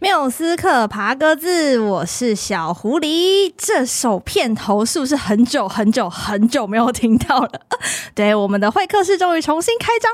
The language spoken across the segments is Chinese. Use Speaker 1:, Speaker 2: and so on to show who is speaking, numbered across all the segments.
Speaker 1: 缪斯克爬格子，我是小狐狸。这首片头是不是很久很久很久没有听到了？ 对，我们的会客室终于重新开张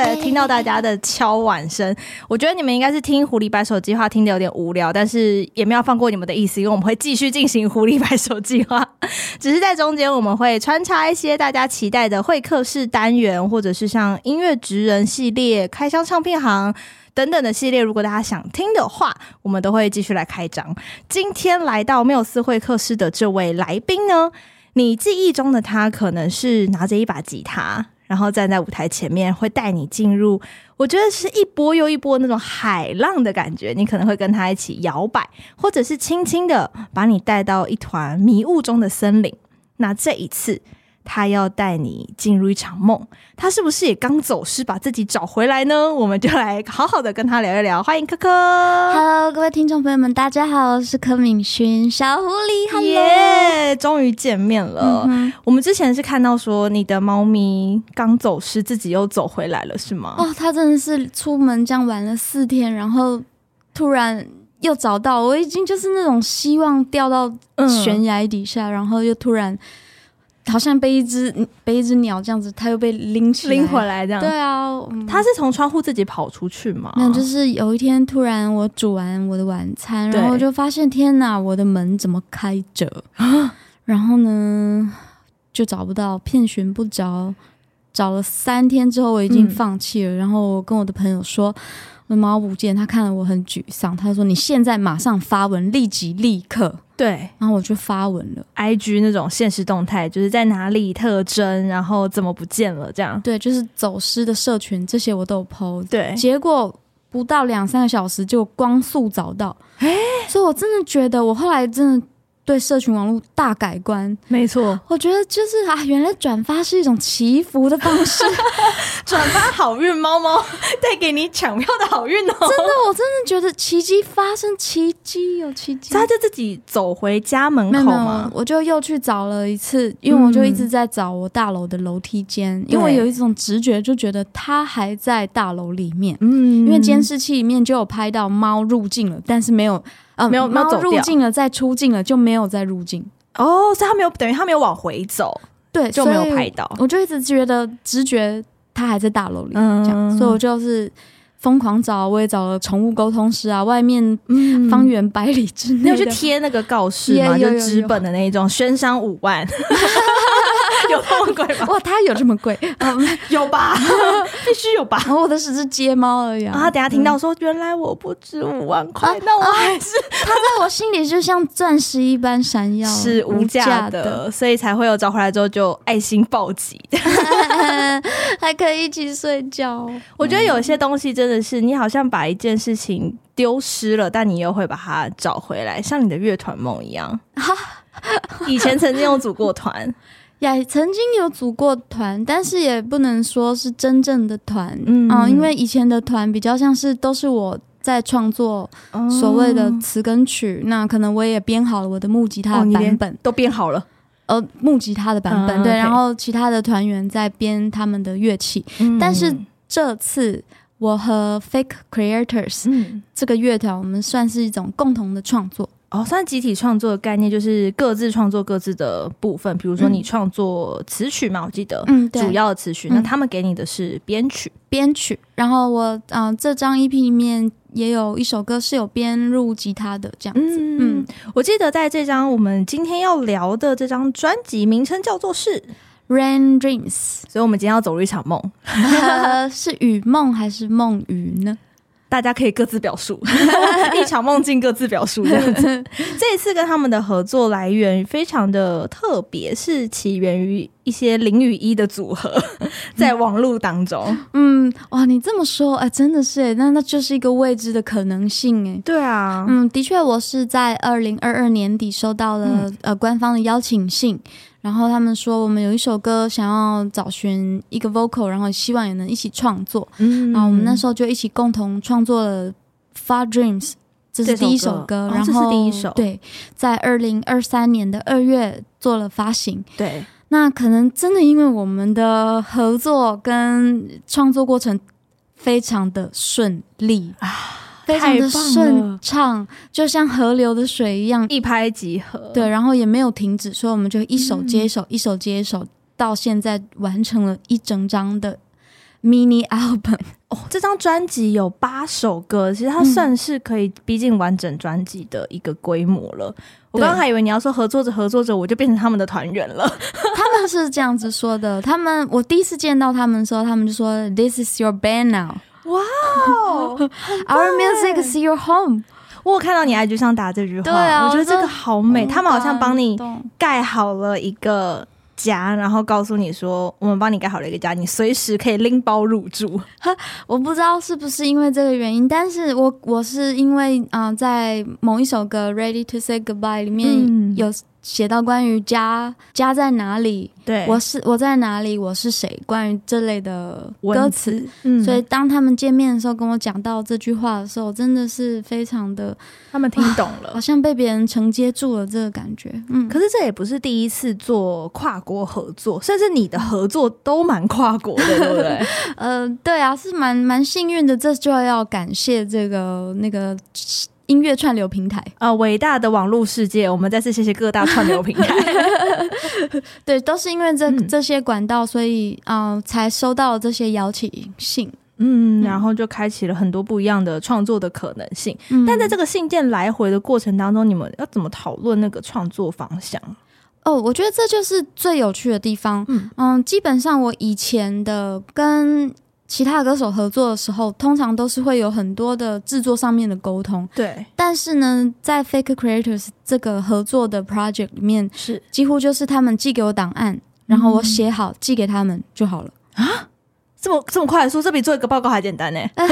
Speaker 1: 了，耶、听到大家的敲碗声，我觉得你们应该是听狐狸白手计划听的有点无聊，但是也没有放过你们的意思，因为我们会继续进行狐狸白手计划。 只是在中间我们会穿插一些大家期待的会客室单元，或者是像音乐职人系列、开箱唱片行。等等的系列，如果大家想听的话，我们都会继续来开张。今天来到缪斯会客室的这位来宾呢，你记忆中的他可能是拿着一把吉他，然后站在舞台前面，会带你进入，我觉得是一波又一波那种海浪的感觉。你可能会跟他一起摇摆，或者是轻轻的把你带到一团迷雾中的森林。那这一次，他要带你进入一场梦，他是不是也刚走失，把自己找回来呢？我们就来好好的跟他聊一聊。欢迎科科
Speaker 2: Hello，各位听众朋友们，大家好，我是柯敏勋，小狐狸，Hello。
Speaker 1: 耶终于见面了。
Speaker 2: 嗯哼
Speaker 1: 我们之前是看到说你的猫咪刚走失，自己又走回来了，是吗？
Speaker 2: 哦，他真的是出门这样玩了四天，然后突然又找到，我已经就是那种希望掉到
Speaker 1: 嗯
Speaker 2: 悬崖底下，然后又突然好像被一只被一只鸟这样子，他又被拎起来
Speaker 1: 拎回。来这样。
Speaker 2: 对啊，嗯
Speaker 1: 它是从窗户自己跑出去吗？
Speaker 2: 没有，就是有一天突然我煮完我的晚餐，
Speaker 1: 对
Speaker 2: 然后我就发现天哪，我的门怎么开着？
Speaker 1: 啊
Speaker 2: 然后呢，就找不到，遍寻不着，找了三天之后我已经
Speaker 1: 嗯
Speaker 2: 放弃了。然后我跟我的朋友说。我的猫不见，他看了我很沮丧，他说：“你现在马上发文，立即立刻。
Speaker 1: 对”
Speaker 2: 然后我就发文了，
Speaker 1: ，IG 那种现实动态，就是在哪里特征，然后怎么不见了这样。
Speaker 2: 对，就是走失的社群这些我都有 PO，
Speaker 1: 对，
Speaker 2: 结果不到两三个小时就光速找到，
Speaker 1: 哎
Speaker 2: 所以我真的觉得我后来真的对社群网络大改观。
Speaker 1: 没错，
Speaker 2: 我觉得就是啊，原来转发是一种祈福的方 式，真
Speaker 1: 转发好运猫猫 带给你抢票的好运哦。
Speaker 2: 的，我真的觉得奇迹发生，奇迹有奇迹
Speaker 1: 所以。它就自己走回家门
Speaker 2: 没有
Speaker 1: 口
Speaker 2: 没有
Speaker 1: 吗？
Speaker 2: 我就又去找了一次，因为我就
Speaker 1: 嗯
Speaker 2: 一直在找我大楼的楼梯间，因为我
Speaker 1: 对
Speaker 2: 有一种直觉，就觉得它还在大楼里面。
Speaker 1: 嗯
Speaker 2: 因为监视器里面就有拍到猫入境了，但是没有呃
Speaker 1: 没有没有
Speaker 2: 猫
Speaker 1: 走掉
Speaker 2: 入境了再出境了就没有再入境，
Speaker 1: 哦，所以它没有等于它没有往回走，
Speaker 2: 对，
Speaker 1: 就没有拍
Speaker 2: 到。
Speaker 1: 到。
Speaker 2: 我就一直觉得直觉它还在大楼里，
Speaker 1: 嗯
Speaker 2: 这样，所以我就是疯狂找，啊我也找了宠物沟通师啊，外面
Speaker 1: 嗯
Speaker 2: 方圆百里之
Speaker 1: 你
Speaker 2: 内
Speaker 1: 有
Speaker 2: 的
Speaker 1: 去贴那个告示吗？
Speaker 2: 也有
Speaker 1: 就
Speaker 2: 有
Speaker 1: 纸本的那一种，悬赏五万， 有那么贵吗？
Speaker 2: 哇，它有这么贵？啊
Speaker 1: 有吧， 必须有吧。
Speaker 2: 然后我的只是接猫而已
Speaker 1: 然后
Speaker 2: 啊
Speaker 1: 他。等一下听到说，原来我不止五万块，那我还是
Speaker 2: 它在我心里就像钻石一般闪耀，
Speaker 1: 是无价
Speaker 2: 的，
Speaker 1: 的，所以才会有找回来之后就爱心暴击。
Speaker 2: 还可以一起睡觉。
Speaker 1: 我觉得
Speaker 2: 嗯
Speaker 1: 有些东西真的是，你好像把一件事情丢失了，但你又会把它找回来，像你的乐团梦一样。以前曾经有组过团，
Speaker 2: 也曾经有组过团，但是也不能说是真正的团，
Speaker 1: 嗯
Speaker 2: 嗯、因为以前的团比较像是都是我在创作 所谓的
Speaker 1: 嗯
Speaker 2: 词跟曲，那可能我也编好了我的木吉
Speaker 1: 哦
Speaker 2: 他的
Speaker 1: 你
Speaker 2: 版
Speaker 1: 连
Speaker 2: 本，
Speaker 1: 都编好了，
Speaker 2: 呃，木吉他的版本，
Speaker 1: 嗯
Speaker 2: 对，
Speaker 1: OK
Speaker 2: 然后其他的团员在编他们的乐器。但是这次我和 Fake Creators
Speaker 1: 嗯，
Speaker 2: 这个乐团，我们算是一种共同的创作，
Speaker 1: 哦，算集体创作的概念，就是各自创作各自的部分。比如说
Speaker 2: 嗯
Speaker 1: 你创作词曲嘛，我记得、
Speaker 2: 嗯，对
Speaker 1: 主要的词曲，
Speaker 2: 嗯
Speaker 1: 那他们给你的是编曲。
Speaker 2: 编曲，然后我嗯、呃这张 EP 里面也有一首歌是有编入吉他的这样子，
Speaker 1: 嗯
Speaker 2: 嗯，
Speaker 1: 我记得在这张我们今天要聊的这张专辑名称叫做是，
Speaker 2: Rain Dreams
Speaker 1: 所以我们今天要走入一场梦，
Speaker 2: 呃是雨梦还是梦雨呢？
Speaker 1: 大家可以各自表述， 一场梦境各自表述这样 子。这一次跟他们的合作来源非常的特别，是起源于一些零与一的组合， 在网络当中。
Speaker 2: 嗯，哇，你这么说，哎、真的是哎，那那就是一个未知的可能性哎。
Speaker 1: 对啊，
Speaker 2: 嗯，的确，我是在二零二二年底收到了、
Speaker 1: 嗯
Speaker 2: 呃官方的邀请信，然后他们说我们有一首歌想要找寻一个 vocal，然后希望也能一起创作，啊
Speaker 1: 嗯
Speaker 2: 然后我们那时候就一起共同创作了《Far Dreams》，这是第一首歌，
Speaker 1: 这首歌哦这
Speaker 2: 然后、
Speaker 1: 是第一首
Speaker 2: 对，在二零二三年的二月做了发行。
Speaker 1: 候对，
Speaker 2: 那可能真的因为我们的合作跟创作过程非常的顺利，非常的顺畅，就像河流的水一样。
Speaker 1: 啊一拍即合。
Speaker 2: 对，然后也没有停止，所以我们就一首接一首，一首接一首，到现在完成了一整张的 mini album。
Speaker 1: 哦，这张专辑有八首歌，其实它算
Speaker 2: 嗯
Speaker 1: 是可以逼近完整专辑的一个规模了。我刚刚还以为你要说合作着合作着，我就变成他们的团员了。
Speaker 2: 他们是这样子说的，他们我第一次见到他们的时候，他们就说 This is your band now,
Speaker 1: 哇哦，
Speaker 2: our music is your home。
Speaker 1: 我有看到你 IG 上打这句话，
Speaker 2: 对啊
Speaker 1: 我觉得这
Speaker 2: 我
Speaker 1: 个
Speaker 2: 真
Speaker 1: 好美。他们好像帮你
Speaker 2: 懂。
Speaker 1: 盖好了一个家，然后告诉你说，我们帮你盖好了一个家，你随时可以拎包入住。
Speaker 2: 我不知道是不是因为这个原因，但是我我是因为啊、呃在某一首歌《Ready to Say Goodbye》里
Speaker 1: 嗯
Speaker 2: 面有写到关于家、家在哪里，
Speaker 1: 嗯对
Speaker 2: 我是我在哪里，我是谁，关于这类的歌词。，
Speaker 1: 嗯
Speaker 2: 所以当他们见面的时候跟我讲到这句话的时候，我真的是非常的
Speaker 1: 他们听懂
Speaker 2: 好
Speaker 1: 了。
Speaker 2: 像被别人承接住了这个感觉。嗯，
Speaker 1: 可是这也不是第一次做跨国合作，甚至你的合作都蛮跨 国的，对不对？
Speaker 2: 呃，对啊，是蛮蛮幸运的，这就要感谢这个那个音乐串流平台。
Speaker 1: 呃，伟大的网络世界，我们再次谢谢各大串流平 台。
Speaker 2: 对，都是因为这、
Speaker 1: 嗯
Speaker 2: 这些管道，所以嗯、呃才收到了这些邀请信。
Speaker 1: 嗯，然后就开启了很多不一样的创作的可能性。
Speaker 2: 嗯
Speaker 1: 但在这个信件来回的过程当中，你们要怎么讨论那个创作方向？
Speaker 2: 哦，我觉得这就是最有趣的地方。
Speaker 1: 嗯
Speaker 2: 嗯基本上我以前的跟其他歌手合作的时候，通常都是会有很多的制作上面的沟通，
Speaker 1: 对，
Speaker 2: 但是呢，在 Fake Creators 这个合作的 project 里面，
Speaker 1: 是
Speaker 2: 几乎就是他们寄给我档案，然后我写好、寄给他们就好了。
Speaker 1: 这么这么快速，这比做一个报告还简单呢。
Speaker 2: 大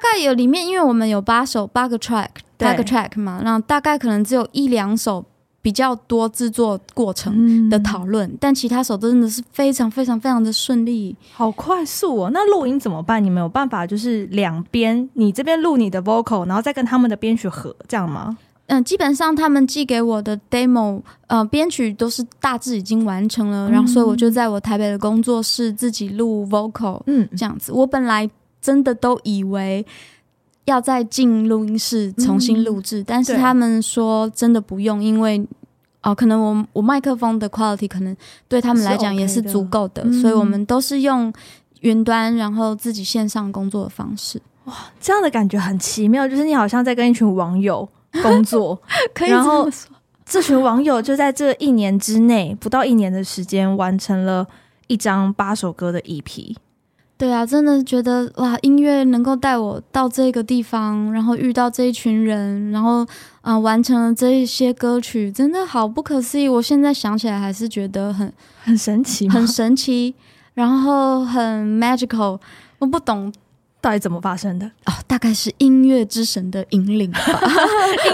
Speaker 2: 概有里面，因为我们有八首八个 track，
Speaker 1: 对
Speaker 2: 八个 track 嘛，然后大概可能只有一两首比较多制作过程
Speaker 1: 嗯
Speaker 2: 的讨论，但其他首都真的是非常非常非常的顺利。
Speaker 1: 好快速哦！那录音怎么办？你们有办法就是两边，你这边录你的 vocal，然后再跟他们的编曲合，这样吗？
Speaker 2: 嗯、基本上他们寄给我的 demo，呃，编曲都是大致已经完成了，
Speaker 1: 嗯
Speaker 2: 然后所以我就在我台北的工作室自己录 vocal
Speaker 1: 嗯，
Speaker 2: 这样子。我本来真的都以为要再进录音室重新录制，但是
Speaker 1: 嗯对
Speaker 2: 他们说真的不用，因为哦、呃可能我我麦克风的 quality 可能对他们来讲
Speaker 1: 是 OK
Speaker 2: 也是足够的，
Speaker 1: 的嗯
Speaker 2: 所以我们都是用云端，然后自己线上工作的 方式，
Speaker 1: 这样的感觉很奇妙，就是你好像在跟一群网友工 作，
Speaker 2: 可
Speaker 1: 以
Speaker 2: 然后
Speaker 1: 这么这群网友就在这一年之内，不到一年的时间，完成了一张八首歌的 E EP。
Speaker 2: 对啊，真的觉得哇，音乐能够带我到这个地方，然后遇到这一群人，然后啊、呃完成了这一些歌曲，真的好不可思议。我现在想起来还是觉得很
Speaker 1: 很神奇 吗？
Speaker 2: 很神奇，然后很 magical。我不懂
Speaker 1: 到底怎么发生的？
Speaker 2: 哦，大概是音乐之神的引领吧。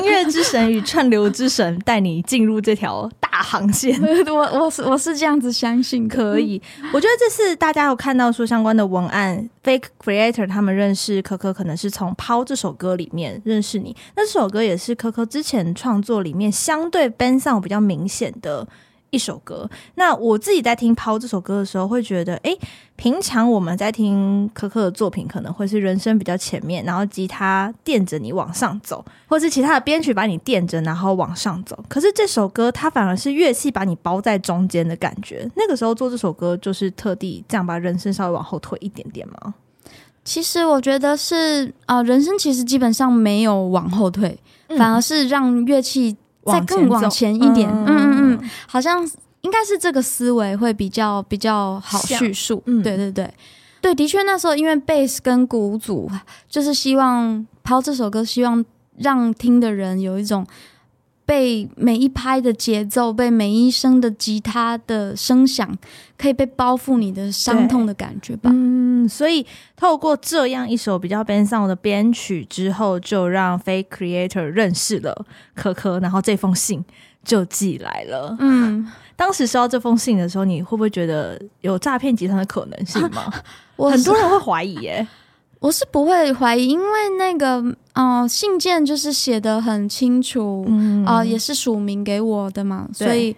Speaker 1: 音乐之神与串流之神带你进入这条大航线。
Speaker 2: 我我是我是这样子相信的，
Speaker 1: 可以，我觉得这次大家有看到说相关的文案，Fake Creator 他们认识可可，可能是从《抛》这首歌里面认识你。那这首歌也是可可之前创作里面相对 Ben 上比较明显的一首歌。那我自己在听《抛》这首歌的时候，会觉得，诶，平常我们在听可可的作品，可能会是人声比较前面，然后吉他垫着你往上走，或是其他的编曲把你垫着，然后往上走。可是这首歌它反而是乐器把你包在中间的感觉。那个时候做这首歌就是特地这样把人声稍微往后推一点点嘛。
Speaker 2: 其实我觉得是啊、呃人生其实基本上没有往后退，
Speaker 1: 嗯
Speaker 2: 反而是让乐器再更嗯往前一点。嗯嗯嗯，好像应该是这个思维会比较比较好
Speaker 1: 像
Speaker 2: 叙述。
Speaker 1: 嗯
Speaker 2: 对对对对，的确那时候因为贝斯跟鼓组就是希望抛这首歌，希望让听的人有一种。被每一拍的节奏，被每一声的吉他的声响，可以被包覆你的伤痛的感觉吧。
Speaker 1: 嗯，所以透过这样一首比较 Ben 上的编曲之后，就让 Fake Creator 认识了可可，然后这封信就寄来了。
Speaker 2: 嗯，
Speaker 1: 当时收到这封信的时候，你会不会觉得有诈骗集团的可能性吗？
Speaker 2: 我
Speaker 1: 很
Speaker 2: 是
Speaker 1: 多人会怀疑耶、
Speaker 2: 我是不会怀疑，因为那个嗯、呃信件就是写的很清楚，啊、
Speaker 1: 嗯
Speaker 2: 也是署名给我的嘛，
Speaker 1: 对
Speaker 2: 所以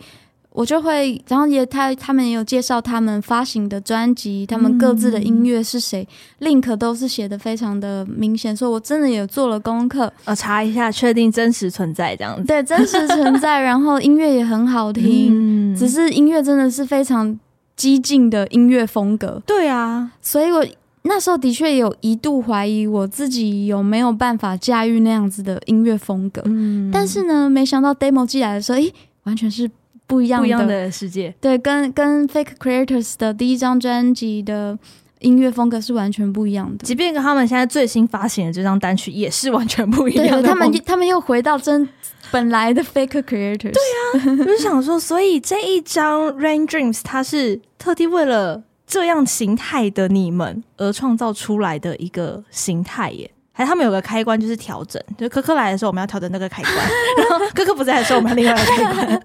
Speaker 2: 我就会，然后也他他们也有介绍他们发行的专辑，他们各自的音乐是谁、l i n k 都是写的非常的明显，所以我真的也做了功课，
Speaker 1: 呃，查一下，确定真实存在这样子。
Speaker 2: 嗯对，真实存在，然后音乐也很好听，
Speaker 1: 嗯，
Speaker 2: 只是音乐真的是非常激进的音乐风格，
Speaker 1: 对啊，
Speaker 2: 所以我那时候的确有一度怀疑我自己有没有办法驾驭那样子的音乐风格，
Speaker 1: 嗯，
Speaker 2: 但是呢，没想到 demo 寄来的时候，诶，完全是不一样
Speaker 1: 不
Speaker 2: 的，
Speaker 1: 一样的世界，
Speaker 2: 对，跟跟 Fake Creators 的第一张专辑的音乐风格是完全不一样的。
Speaker 1: 即便跟他们现在最新发行的这张单曲也是完全不一
Speaker 2: 对
Speaker 1: 样的风格。
Speaker 2: 他们他们又回到真本来的 Fake Creators。对呀、
Speaker 1: 我就想说，所以这一张《Rain Dreams》它是特地为了这样形态的你们而创造出来的一个形态耶。还是他们有个开关就是调整，就科科来的时候我们要调整那个 开关，然后科科不在的时候我们另外一个开关。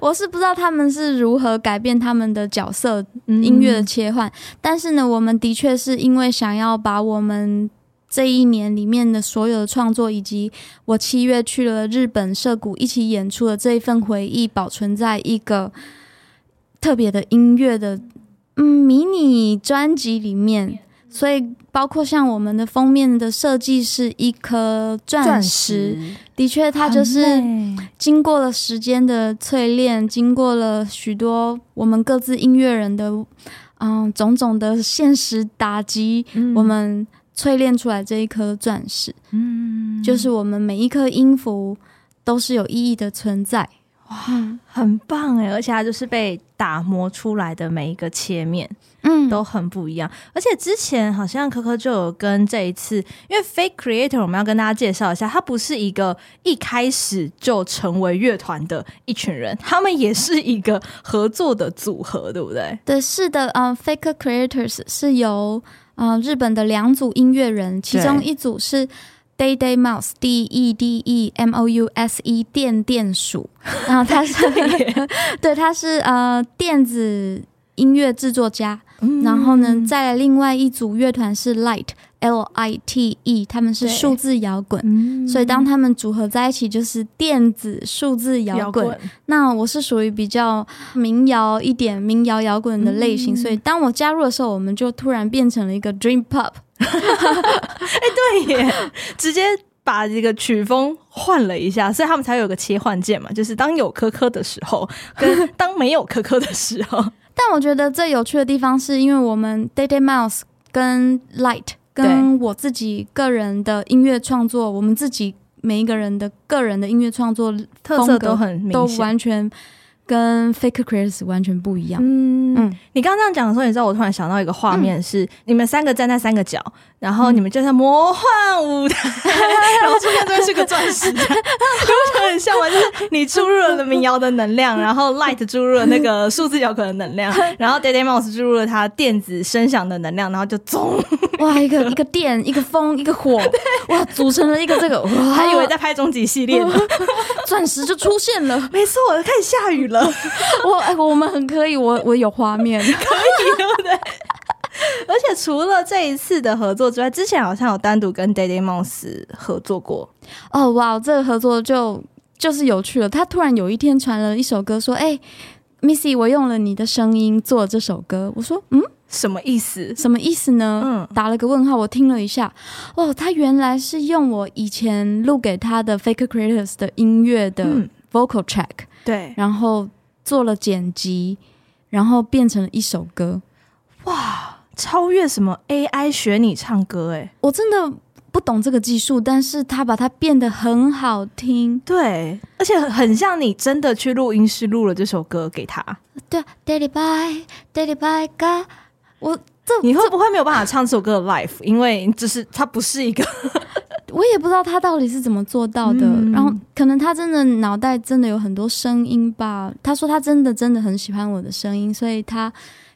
Speaker 2: 我是不知道他们是如何改变他们的角色
Speaker 1: 嗯
Speaker 2: 音乐的切换，但是呢，我们的确是因为想要把我们。这一年里面的所有的创作，以及我七月去了日本涉谷一起演出的这一份回忆，保存在一个特别的音乐的嗯迷你专辑里面。
Speaker 1: 嗯
Speaker 2: 所以，包括像我们的封面的设计是一颗钻石，的确，它就是
Speaker 1: 很美
Speaker 2: 经过了时间的淬炼，经过了许多我们各自音乐人的嗯种种的现实打击，
Speaker 1: 嗯
Speaker 2: 我们淬炼出来这一颗钻石，
Speaker 1: 嗯
Speaker 2: 就是我们每一颗音符都是有意义的存在。哇，
Speaker 1: 很棒哎，而且它就是被打磨出来的每一个切面。
Speaker 2: 嗯，
Speaker 1: 都很不一样。而且之前好像可可就有跟这一次，因为 Fake Creator 我们要跟大家介绍一下，他不是一个一开始就成为乐团的一群人，他们也是一个合作的组合，对不对？
Speaker 2: 对，是的，嗯、f a k e r Creators 是由呃日本的两组音乐人，其中
Speaker 1: 对
Speaker 2: 一组是 Day Day Mouse D E D E M O U S E 电电鼠，然后他是对，他是呃电子音乐制作家，嗯
Speaker 1: 嗯
Speaker 2: 然后呢，再来另外一组乐团是 Light L I T E，他们是
Speaker 1: 对
Speaker 2: 数字摇滚。
Speaker 1: 嗯
Speaker 2: 所以，当他们组合在一起，就是电子数字摇滚。那我是属于比较民谣一点、民谣摇滚的类型，
Speaker 1: 嗯
Speaker 2: 所以当我加入的时候，我们就突然变成了一个 dream pop。
Speaker 1: 对耶， 直接。把这个曲风换了一下，所以他们才有个切换键嘛，就是当有科科的时候，跟当没有科科的时候，
Speaker 2: 但我觉得最有趣的地方是因为我们 Day Day Mouse 跟 Light 跟我自己个人的音乐创作，我们自己每一个人的个人的音乐创作
Speaker 1: 特色都很明
Speaker 2: 都
Speaker 1: 显。
Speaker 2: 完全跟 Fake Creators 完全不一样。
Speaker 1: 嗯
Speaker 2: 嗯，
Speaker 1: 你刚刚这样讲的时候，你知道我突然想到一个画面是，你们三个站在三个角，然后你们就在魔幻舞台， 然后中间都是个钻石，然后就很像玩，就是你注入了民谣的能 量，然后 Light 注入了那个数字摇滚的能 量，然后 Day Day Mouse 注入了它电子声响的能量，然后就 总
Speaker 2: 哇，一个一个电，一个风，一 个火，哇，组成了一个这个，哇，
Speaker 1: 还以为在拍终极系 列呢，
Speaker 2: 钻石就出现了。
Speaker 1: 没错，我开始下雨了。
Speaker 2: 我哎、我们很可以，我我有画面。
Speaker 1: 对不对？ 而且除了这一次的合作之外，之前好像有单独跟 Day Day Mouse 合作过，
Speaker 2: 哦，哇，这个合作就就是有趣了。他突然有一天传了一首歌，说：“哎、m i s s y 我用了你的声音做这首歌。”我说：“嗯，
Speaker 1: 什么意思？
Speaker 2: 什么意思呢？”
Speaker 1: 嗯，
Speaker 2: 打了个问号，我听了一下，哦，他原来是用我以前录给他的 Faker Creators 的音乐的
Speaker 1: 嗯
Speaker 2: vocal track，、
Speaker 1: 对，
Speaker 2: 然后做了剪辑，然后变成了一首歌。
Speaker 1: 超越什么 AI 学你唱歌、哎，
Speaker 2: 我真的不懂这个技术，但是他把它变得很好听。
Speaker 1: 对，而且很像你真的去录音室录了这首歌给他，
Speaker 2: 对啊，Daddy Bye，Daddy Bye God，我这
Speaker 1: 你会不会没有办法唱这首歌的 live？因为就是它不是一个，
Speaker 2: 我也不知道他到底是怎么做到的。
Speaker 1: 嗯
Speaker 2: 然后可能他真的脑袋真的有很多声音吧。他说他真的真的很喜欢我的声音，所以他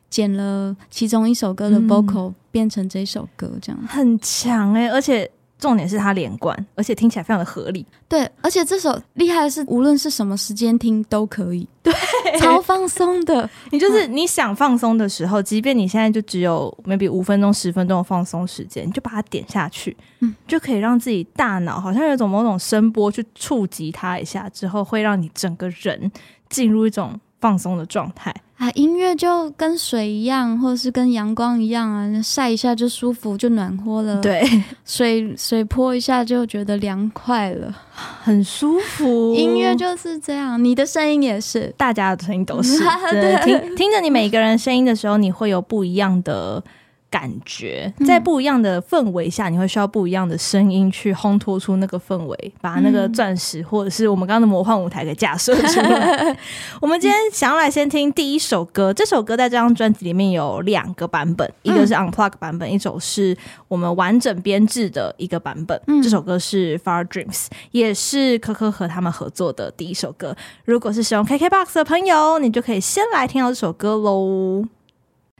Speaker 2: 剪了其中一首歌的
Speaker 1: 嗯
Speaker 2: vocal、变成这首歌这样。
Speaker 1: 很强哎、而且重点是它连贯，而且听起来非常的合理，
Speaker 2: 对，而且这首厉害的是，无论是什么时间听都可以，对， 超放松的。
Speaker 1: 你就是
Speaker 2: 嗯
Speaker 1: 你想放松的时候，即便你现在就只有 maybe 五分钟、十分钟的放松时间，你就把它点下去，
Speaker 2: 嗯
Speaker 1: 就可以让自己大脑好像有一种某种声波去触及它一下，之后会让你整个人进入一种放松的状态。
Speaker 2: 啊，音乐就跟水一样，或者是跟阳光一样啊，晒一下就舒服，就暖和了。，
Speaker 1: 对，
Speaker 2: 水水泼一下就觉得凉快了。
Speaker 1: 很舒服。
Speaker 2: 音乐就是这样，你的声音也是。
Speaker 1: 大家的声音都是真的
Speaker 2: 对
Speaker 1: 听听着你每个人声音的时候，你会有不一样的感觉，
Speaker 2: 嗯
Speaker 1: 在不一样的氛围下，你会需要不一样的声音去烘托出那个氛围，把那个
Speaker 2: 嗯
Speaker 1: 钻石或者是我们刚刚的魔幻舞台给架设出 来。我们今天想要来先听第一首歌，这首歌在这张专辑里面有两个版本，一个
Speaker 2: 嗯
Speaker 1: 是 unplug 版本，一首是我们完整编制的一个版本。
Speaker 2: 嗯
Speaker 1: 这首歌是 Far Dreams，也是可可和他们合作的第一首歌。如果是使用 KKBOX 的朋友，你就可以先来听到这首歌喽。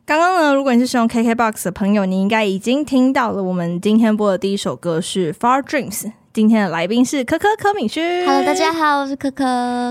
Speaker 1: 刚刚呢，如果你是使用 KKBOX 的朋友，你应该已经听到了。我们今天播的第一首歌是《Far Dreams》，今天的来宾是可可柯敏勋。
Speaker 2: Hello，大家好，我是可可。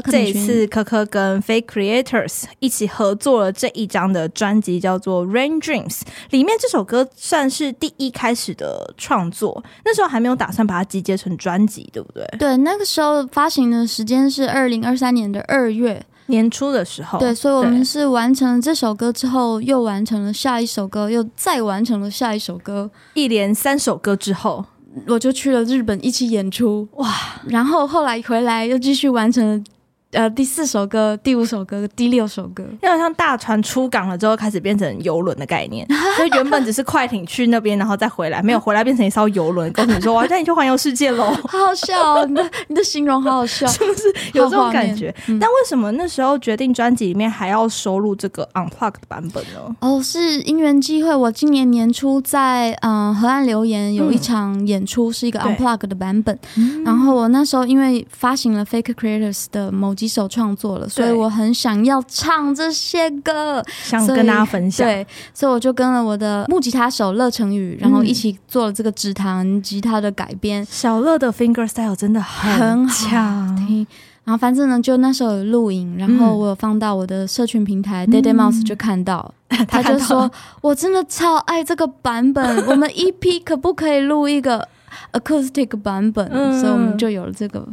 Speaker 2: 柯
Speaker 1: 这
Speaker 2: 敏
Speaker 1: 一
Speaker 2: 君
Speaker 1: 次可可跟 Fake Creators 一起合作了这一张的专辑，叫做《Rain Dreams》。里面这首歌算是第一开始的创作，那时候还没有打算把它集结成专辑，对不对？
Speaker 2: 对，那个时候发行的时间是二零二三年的二月，
Speaker 1: 年初的时候，
Speaker 2: 对，所以我
Speaker 1: 对
Speaker 2: 们是完成了这首歌之后，又完成了下一首歌，又再完成了下一首歌，
Speaker 1: 一连三首歌之后，
Speaker 2: 我就去了日本一起演出，
Speaker 1: 哇！
Speaker 2: 然后后来回来又继续完成了呃第四首歌、第五首歌、第六首歌。
Speaker 1: 要像大船出港了之后，开始变成游轮的概 念，所以原本只是快艇去那边，然后再回来，没有回来变成一艘游轮，告诉你 说我要带你去环游世界 喽，
Speaker 2: 好好笑、哦，你的你的形容好好笑。
Speaker 1: 是不是有这种感觉？
Speaker 2: 嗯
Speaker 1: 但为什么那时候决定专辑里面还要收录这个 unplug 的版本呢？
Speaker 2: 哦，是因缘际会，我今年年初在嗯、呃河岸留言有一场演出，是一个
Speaker 1: 嗯对嗯
Speaker 2: unplug 的版本。然后我那时候因为发行了 Fake Creators 的某几首创作了，所以
Speaker 1: 对
Speaker 2: 我很想要唱这些歌，
Speaker 1: 想跟大家分享，
Speaker 2: 对，所以我就跟了我的木吉他手乐成宇，然
Speaker 1: 嗯
Speaker 2: 后一起做了这个指弹吉他的改编，
Speaker 1: 小乐的 finger style 真的很
Speaker 2: 很好
Speaker 1: 强，
Speaker 2: 听。然后反正呢，就那时候有录影，然
Speaker 1: 哦
Speaker 2: 后
Speaker 1: 嗯
Speaker 2: 我有放到我的社群平台、
Speaker 1: 嗯
Speaker 2: Day Day Mouse 就看 到，他
Speaker 1: 看
Speaker 2: 就
Speaker 1: 到
Speaker 2: 说：“我真的超爱这个 版本，我们 EP 可不可以录一个 acoustic 版本？”
Speaker 1: 嗯
Speaker 2: 所以我们就有了这 个。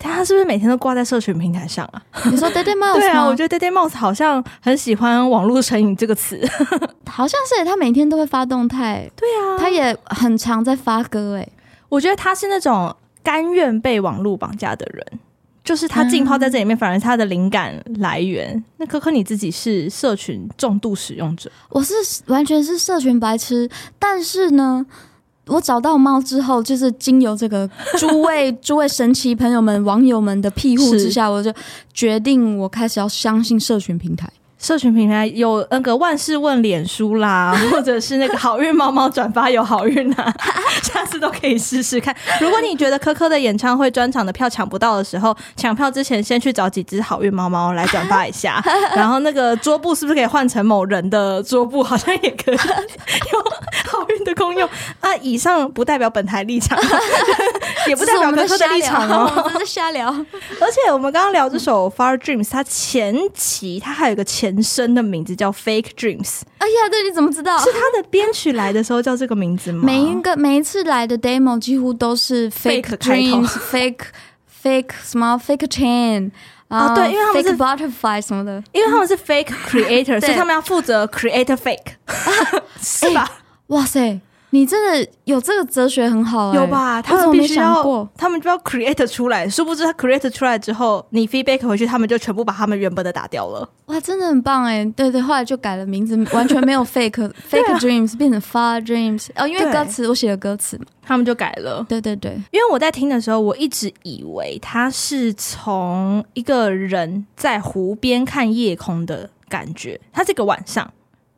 Speaker 1: 他是不是每天都挂在社群平台上啊？
Speaker 2: 你说 Day Day Mouse
Speaker 1: 对啊，
Speaker 2: 吗
Speaker 1: 我觉得 Day Day Mouse 好像很喜欢“网络成瘾”这个词。
Speaker 2: 好像是耶他每天都会发动态，
Speaker 1: 对 啊，
Speaker 2: 他也很常在发歌哎诶。
Speaker 1: 我觉得他是那种甘愿被网络绑架的人，就是他浸泡在这里面，反而是他的灵感来源。那可可你自己是社群重度使用者，
Speaker 2: 我是完全是社群白痴，但是呢，我找到猫之后，就是经由这个诸位诸位神奇朋友们、网友们的庇护
Speaker 1: 是
Speaker 2: 之下，我就决定我开始要相信社群平台。
Speaker 1: 社群平台有那个万事问脸书 啦，或者是那个好运猫猫转发有好运啊， 下次都可以试试看。如果你觉得可可的演唱会专场的票抢不到的时候，抢票之前先去找几只好运猫猫来转发一 下，然后那个桌布是不是可以换成某人的桌布？好像也可以有好运的功用啊。以上不代表本台立场，啊 也不
Speaker 2: 这
Speaker 1: 代
Speaker 2: 是我
Speaker 1: 表
Speaker 2: 们
Speaker 1: 可可
Speaker 2: 在瞎
Speaker 1: 的立场
Speaker 2: 聊，
Speaker 1: 哦。
Speaker 2: 我们在瞎聊。
Speaker 1: 而且我们刚刚聊这首《Far Dreams》，它前期它还有一个前身的名字叫《Fake Dreams》，
Speaker 2: 哎呀，对，你怎么知道？
Speaker 1: 是它的编曲来的时候叫这个名字吗？
Speaker 2: 每一个每一次来的 demo 几乎都是
Speaker 1: Fake
Speaker 2: fake
Speaker 1: 开头
Speaker 2: dreams、fake fake 什么 fake chain
Speaker 1: 啊对因为他们
Speaker 2: fake
Speaker 1: 是
Speaker 2: butterfly 什么的。
Speaker 1: 因为他们是 Fake Creator，
Speaker 2: 对
Speaker 1: 所以他们要负责 Create Fake，是吧？
Speaker 2: 哇塞，你真的有这个哲学很好、欸，
Speaker 1: 哎有吧？他
Speaker 2: 我
Speaker 1: 们
Speaker 2: 怎么
Speaker 1: 必
Speaker 2: 没
Speaker 1: 须
Speaker 2: 想过
Speaker 1: 要，？他们就要 Create 出来。殊不知他 Create 出来之后，你 feedback 回去，他们就全部把他们原本的打掉了。
Speaker 2: 哇，真的很棒哎、对对，后来就改了名字，完全没有 fake fake dreams，变成 far dreams。哦，因为
Speaker 1: 啊对
Speaker 2: 歌词我写的歌词嘛，
Speaker 1: 他们就改了，
Speaker 2: 对对对，
Speaker 1: 因为我在听的时候，我一直以为它是从一个人在湖边看夜空的感觉，它是一个晚上。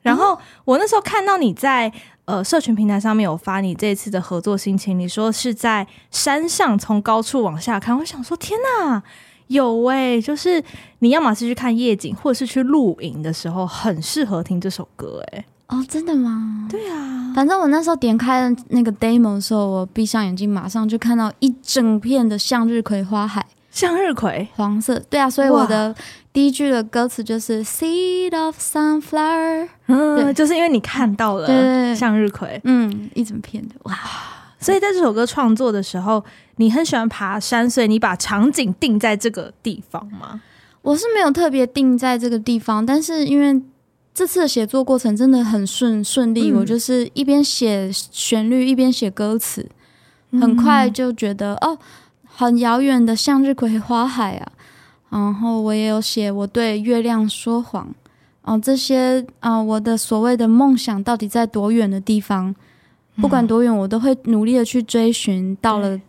Speaker 1: 然后我那时候看到你在呃社群平台上面有发你这次的合作心情，你说是在山上从高处往下看，我想说天哪，有诶、就是你要么是去看夜景，或者是去露营的时候，很适合听这首歌欸诶、
Speaker 2: 哦，真的吗？
Speaker 1: 对啊，
Speaker 2: 反正我那时候点开了那个 demo 的时候，我闭上眼睛，马上就看到一整片的向日葵花海，
Speaker 1: 向日葵，
Speaker 2: 黄色。对啊，所以
Speaker 1: 哇
Speaker 2: 我的第一句的歌词就是 seed of sunflower，
Speaker 1: 嗯，
Speaker 2: 对
Speaker 1: 就是因为你看到
Speaker 2: 对对
Speaker 1: 了
Speaker 2: 对
Speaker 1: 向日葵，
Speaker 2: 嗯，一整片的，哇，
Speaker 1: 所以在这首歌创作的时候，你很喜欢爬山，所以你把场景定在这个地方吗？
Speaker 2: 我是没有特别定在这个地方，但是因为这次的写作过程真的很顺顺利，
Speaker 1: 嗯
Speaker 2: 我就是一边写旋律一边写歌词，
Speaker 1: 嗯
Speaker 2: 很快就觉得、哦，很遥远的向日葵花海啊。然后我也有写我对月亮说谎，哦、这些啊、呃我的所谓的梦想到底在多远的地方？不管多远，我都会努力的去追寻，到了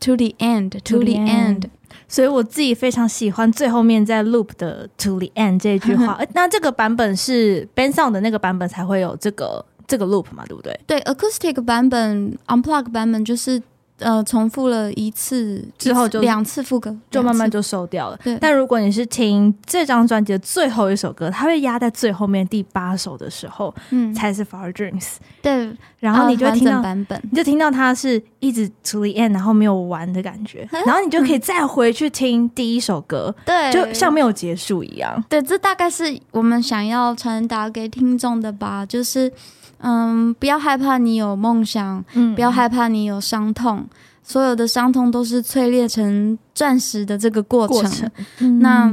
Speaker 2: to the end，to
Speaker 1: the
Speaker 2: the
Speaker 1: end
Speaker 2: end。
Speaker 1: 所以我自己非常喜欢最后面在 loop 的 to the end 这句 话。呃那这个版本是 Ben Song 的那个版本才会有这个这个 loop 嘛，对不对？
Speaker 2: 对，acoustic 版本、unplug 版本就是呃重复了一次
Speaker 1: 之后
Speaker 2: 一次
Speaker 1: 就
Speaker 2: 两次副歌，
Speaker 1: 就慢慢
Speaker 2: 两次
Speaker 1: 就收掉了
Speaker 2: 对。
Speaker 1: 但如果你是听这张专辑的最后一首歌，它会压在最后面第八首的时候，
Speaker 2: 嗯
Speaker 1: 才是 Far Dreams，
Speaker 2: 对，
Speaker 1: 然后
Speaker 2: 呃
Speaker 1: 你就会
Speaker 2: 完
Speaker 1: 听
Speaker 2: 整
Speaker 1: 到
Speaker 2: 版本，
Speaker 1: 你就听到它是一直 to the end，然后没有完的感 觉，然后你就可以再回去听第一首歌，
Speaker 2: 对，
Speaker 1: 就像没有结束一样。
Speaker 2: 对，这大概是我们想要传达给听众的吧，就是嗯，不要害怕你有梦想，
Speaker 1: 嗯
Speaker 2: 哎不要害怕你有伤痛，所有的伤痛都是淬炼成钻石的这个过
Speaker 1: 过
Speaker 2: 程。
Speaker 1: 程
Speaker 2: 那